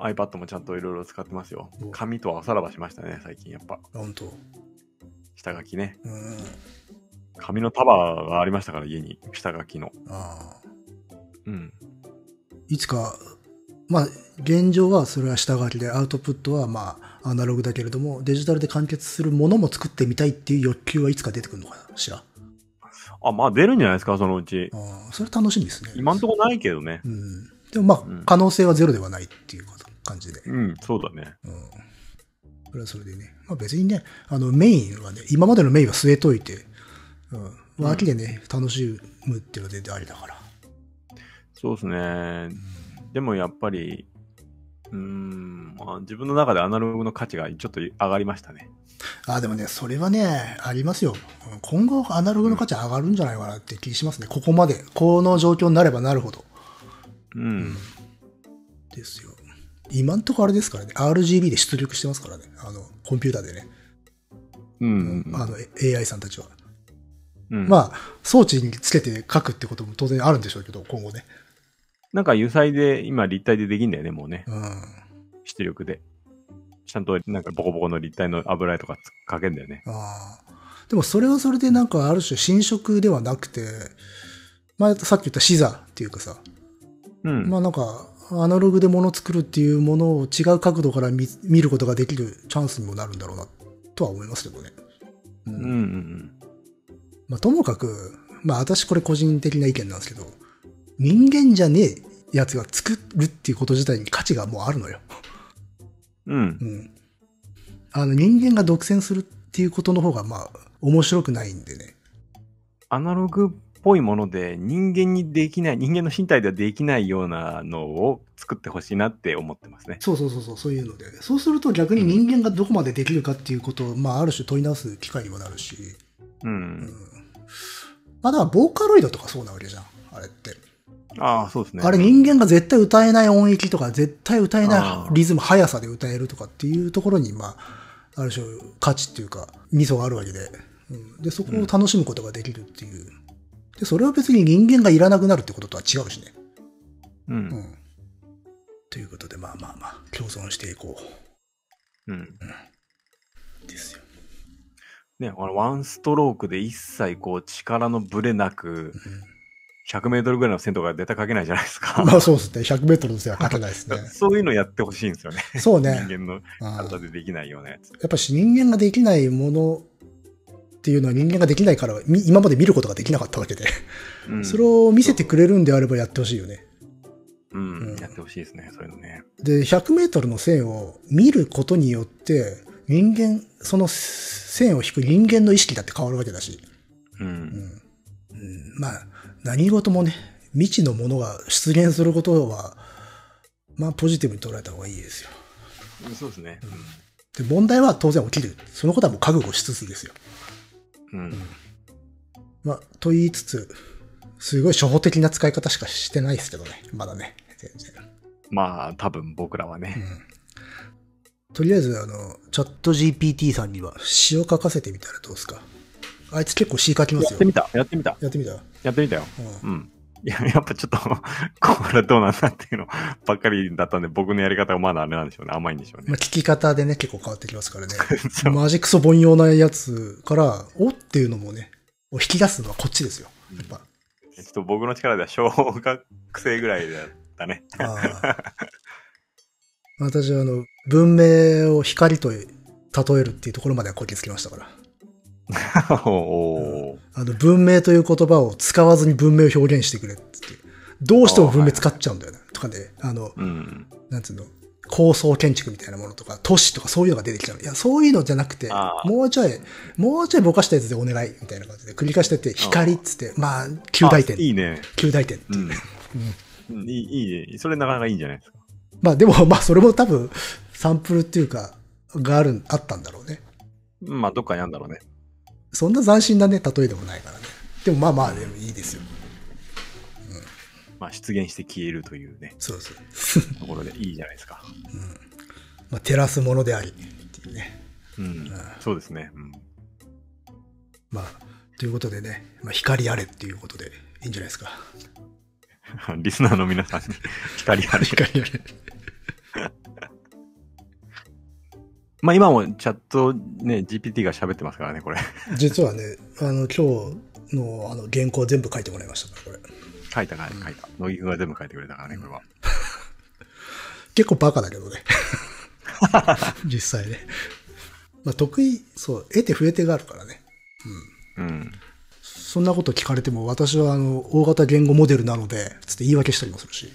A: iPad もちゃんといろいろ使ってますよ
B: お。
A: 紙とはおさらばしましたね、最近やっぱ。
B: うん。あ本当。
A: 下書きね。
B: うん。
A: 紙の束がありましたから、家に、下書きの。
B: ああ。
A: うん。
B: いつか、まあ、現状はそれは下書きで、アウトプットはまあ、アナログだけれども、デジタルで完結するものも作ってみたいっていう欲求はいつか出てくるのかしら。
A: あ、まあ出るんじゃないですか、そのうち。
B: ああ、それ楽しみですね。
A: 今んとこないけどね。
B: うん。でもまあ、
A: うん
B: 可能性はゼロではないっていうこと感じで。
A: うん、そうだね。
B: うん。それはそれでね。まあ別にね、あの、メインはね、今までのメインは据えといて、うん。まあ、秋でね、楽しむっていうのは全然ありだから。
A: そうですね。でもやっぱり、うーん、まあ、自分の中でアナログの価値がちょっと上がりましたね。
B: ああ、でもね、それはね、ありますよ。うん今後、アナログの価値上がるんじゃないかなって気しますね。ここまで、この状況になればなるほど。
A: うん。
B: ですよ。今んとこあれですからね、RGB で出力してますからね。あの、コンピューターでね。
A: うん。
B: あの、A- AI さんたちは。
A: うん、まあ。
B: まあ、装置につけて書くってことも当然あるんでしょうけど、今後ね。
A: なんか油彩で、今立体でできんだよね、もうね。
B: うん。
A: 出力で。ちゃんと、なんかボコボコの立体の油絵とかつかけんだよね。
B: ああ。でもそれはそれでなんかある種新色ではなくて、まあさっき言ったシザーっていうかさ、
A: うん。
B: まあなんかアナログで物作るっていうものを違う角度から見見ることができるチャンスにもなるんだろうなとは思いますけどね。
A: う
B: う
A: ん
B: ん
A: うんうん。
B: まあともかく、まあ私これ個人的な意見なんですけど、人間じゃねえやつが作るっていうこと自体に価値がもうあるのよ。
A: うん
B: う。ん。あの、人間が独占するっていうことの方が、まあ、面白くないんでね。
A: アナログっぽいもので、人間にできない、人間の身体ではできないようなのを作ってほしいなって思ってますね。
B: そうそうそうそう、そういうので。そうすると逆に人間がどこまでできるかっていうことを、まあ、ある種問い直す機会にもなるし。
A: う
B: うん
A: ん。。
B: まあ、だから、ボーカロイドとかそうなわけじゃん。あれって。
A: ああ、そうですね。
B: あれ人間が絶対歌えない音域とか、絶対歌えな
A: あ
B: い
A: ー
B: リズム、速さで歌えるとかっていうところに、まあ、ある種価値っていうか、味噌があるわけで。うん、で、そこを楽しむことができるっていう。で、それは別に人間がいらなくなるってこととは違うしね。
A: う。
B: うんん。ということで、まあまあまあ、共存していこ
A: うん。
B: う。ですよ。
A: ね、あの、ワンストロークで一切こう、力のブレなく、100メートルぐらいの線とか絶対かけないじゃないですか。。
B: まあそうですね。100メートルの背はかけないですね
A: そういうのやってほしいんですよね。
B: そうね。
A: 人間の
B: うん
A: 体でできないようなやつ。
B: やっぱし人間ができないものっていうのは人間ができないから、み今まで見ることができなかったわけで。
A: うん
B: それを見せてくれるんであればやってほしいよね。
A: うん、
B: うん
A: やってほしいですね、そういうのね。
B: で、100メートルの線を見ることによって、人間、その線を引く人間の意識だって変わるわけだし。
A: うん。
B: うんまあ、何事もね、未知のものが出現することは、まあ、ポジティブに捉えた方がいいですよ。
A: そうですね。
B: で、問題は当然起きる。そのことはもう覚悟しつつですよ。
A: うん。うん
B: まあ、と言いつつ、すごい初歩的な使い方しかしてないですけどね。まだね。全然。
A: まあ、多分僕らはね。
B: とりあえず、あの、チャット GPT さんには詩を書かせてみたらどうですかあいつ結構詩書きま
A: や
B: す
A: っ
B: よ
A: て。みた、やってみた、
B: やってみた
A: やってみたよ。
B: う
A: うん。いや、やっぱちょっと、 これどうなんだっていうの ばっかりだったんで、僕のやり方がまだあれなんでしょうね。甘いんでしょう
B: まあ、
A: ね。
B: 聞き方でね、結構変わってきますからね。
A: そう
B: マジクソ凡庸なやつから、おっていうのもね、を引き出すのはこっちですよ。やっぱ。
A: ちょっと僕の力では小学生ぐらいだった ね。
B: あー私はあの、文明を光と例えるっていうところまではこぎつきましたから。
A: おー
B: あの、文明という言葉を使わずに文明を表現してくれっつって。どうしても文明使っちゃうんだよね。とかね、あの、
A: うん。
B: なんつうの、高層建築みたいなものとか、都市とかそういうのが出てきたの。いや、そういうのじゃなくて
A: あ、ー
B: もうちょい、もうちょいぼかしたやつでお願い、みたいな感じで、繰り返してって、光っつって、まあ、旧大
A: あい
B: 点。
A: いね。
B: 旧大点。
A: うん。 うんいい、いい、それなかなかいいんじゃないですか。
B: まあ、でも、まあ、それも多分、サンプルっていうか、がある、あったんだろうね。
A: まあ、どっかにあるんだろうね。
B: そんな斬新なね、例えでもないからね。でも、まあまあ、でもいいですよ。
A: まあ、出現して消えるというね、
B: そうそう。
A: ところでいいじゃないですか。
B: まあ、照らすものであり、っていうね。
A: うん。そうですね。うん。
B: まあ、ということでね、まあ、光あれっていうことで、いいんじゃないですか。
A: リスナーの皆さんに 光ある。
B: 光あれ。
A: まあ今もチャットね、GPT が喋ってますからね、これ。
B: 実はね、あの、今日のあの原稿全部書いてもらいましたから、これ。
A: 書いたから、書いた。乃木くんが全部書いてくれたからね、これは。
B: 結構バカだけど ね。実際ね。まあ、得意、そう、得て増えてがあるからね。
A: うん。
B: そんなこと聞かれても、私はあの、大型言語モデルなので、つって言い訳したりもするし、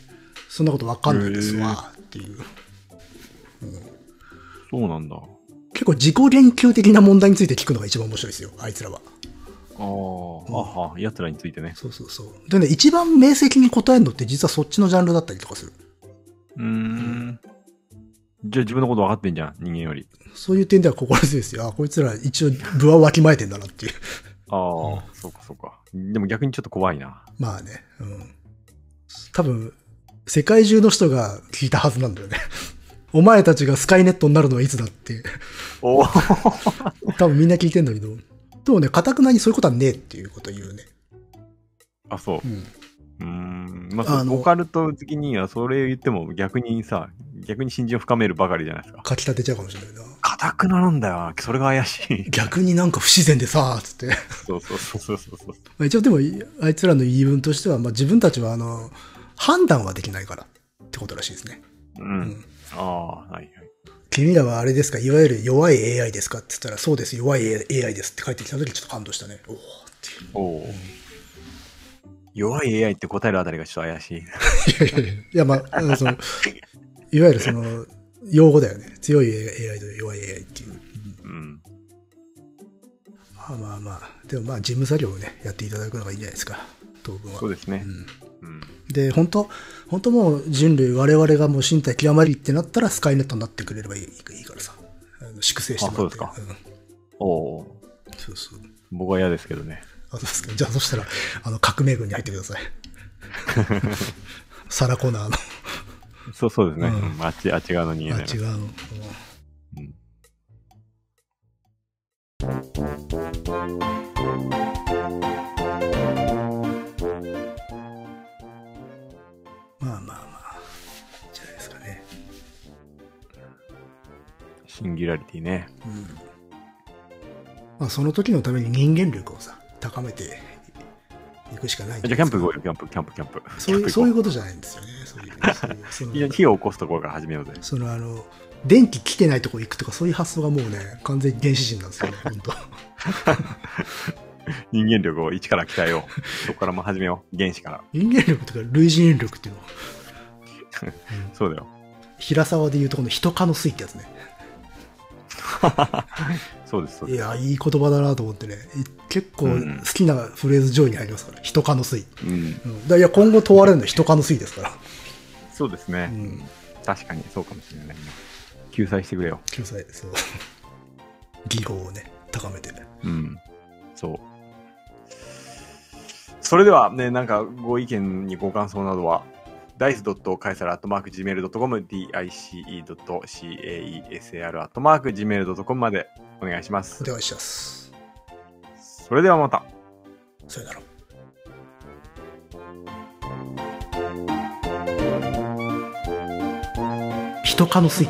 B: そんなことわかんないですわ、っていう。
A: そうなんだ。あ
B: 結構自己言及的な問題について聞くのが一番面白いですよ、あいつらは。
A: あ、ああ、奴らについてね。
B: そうそうそう。でね、一番明晰に答えるのって実はそっちのジャンルだったりとかする。
A: うーん。じゃあ自分のこと分かってんじゃん、人間より。
B: そういう点では心強いですよ。あ、こいつら一応部はわきまえてんだなっていう。
A: ああ、そうかそうか。でも逆にちょっと怖いな。
B: まあね、うん。多分、世界中の人が聞いたはずなんだよね。 お前たちがスカイネットになるのはいつだって。
A: おお。
B: 多分みんな聞いてんだけど。でもね、かたくなにそういうことはねえっていうことを言うね。
A: あ、そう。
B: うん。
A: うーんま
B: あ
A: あ、
B: の
A: オカルト好きにはそれ言っても逆にさ、逆に信心を深めるばかりじゃないですか。
B: 書き立てちゃうかもしれないな。。
A: かたくななんだよ。それが怪しい
B: 逆になんか不自然でさ、つって。
A: そうそうそうそうそう。
B: まあ一応でも、あいつらの言い分としては、まあ自分たちはあの、判断はできないからってことらしいですね。
A: うん。ああ、はいはい。
B: 君らはあれですか、いわゆる弱い AI ですかって言ったら、そうです、弱い AI ですって書いてきた時ちょっと感動したね。おおっていう。
A: おお。弱い AI って答えるあたりがちょっと怪しい。
B: いやいやいやいや、まあ、あのその、いわゆるその、用語だよね。強い AI と弱い AI っていう。
A: うん。
B: まあまあまあ、でもまあ、事務作業をね、やっていただくのがいいんじゃないですか、当分は。
A: そうですね
B: う。ん
A: うん。
B: で、本当本当もう人類、我々がもう身体極まりってなったら、スカイネットになってくれればいいいいからさ。あの粛清してもらって。
A: あそう
B: うん
A: おお。
B: そうそう。
A: 僕は嫌ですけどね。
B: あ、そうですか。じゃあ、そしたら、あの、革命軍に入ってくだ さい。サラコナーの、
A: そうそうですね。
B: うん
A: うんあっち、あっち側の人間
B: あ
A: だよね
B: 違うの。
A: うん
B: まあまあまあ、じゃないですかね。
A: シンギュラリティね。
B: うん。まあ、その時のために人間力をさ、高めていくしかないん
A: じゃあ、キ
B: ないで
A: ャン
B: すか
A: プ行こうよ、キャンプ、キャンプ、キャンプ。
B: そういう、そういう
A: う。
B: ことじゃないんですよね。そういう、そういうその
A: いや、 火を起こすところから始めようぜ。
B: そのあの、電気来てないとこ行くとか、そういう発想がもうね、完全に原始人な んですよね、本当。
A: 人間力を一から鍛えよ う。そこからもう始めよう。原子から。
B: 人間力とか類人力っていうの。
A: そうだよ。
B: 平沢で言うとこの人化の水ってやつね。
A: そうです、そう
B: い
A: で
B: や、いい言葉だなと思ってね。い結構
A: う
B: 好
A: ん
B: きなフレーズ上位に入りますから。人化の水。
A: す。うん。
B: うん、だからいや、今後問われるのは人化の水ですから。
A: そうですね。
B: うん
A: 確かに、そうかもしれないね。救済してくれよ。
B: 救済、そう。 技法をね、高めてね。
A: うん。そう。それではね、なんかご意見にご感想などは、dice.caesar.gmail.com、dice.caesar.gmail.com までお願いしま
B: お
A: す。
B: 願いします。
A: それではまた。
B: さよなら。人化の水。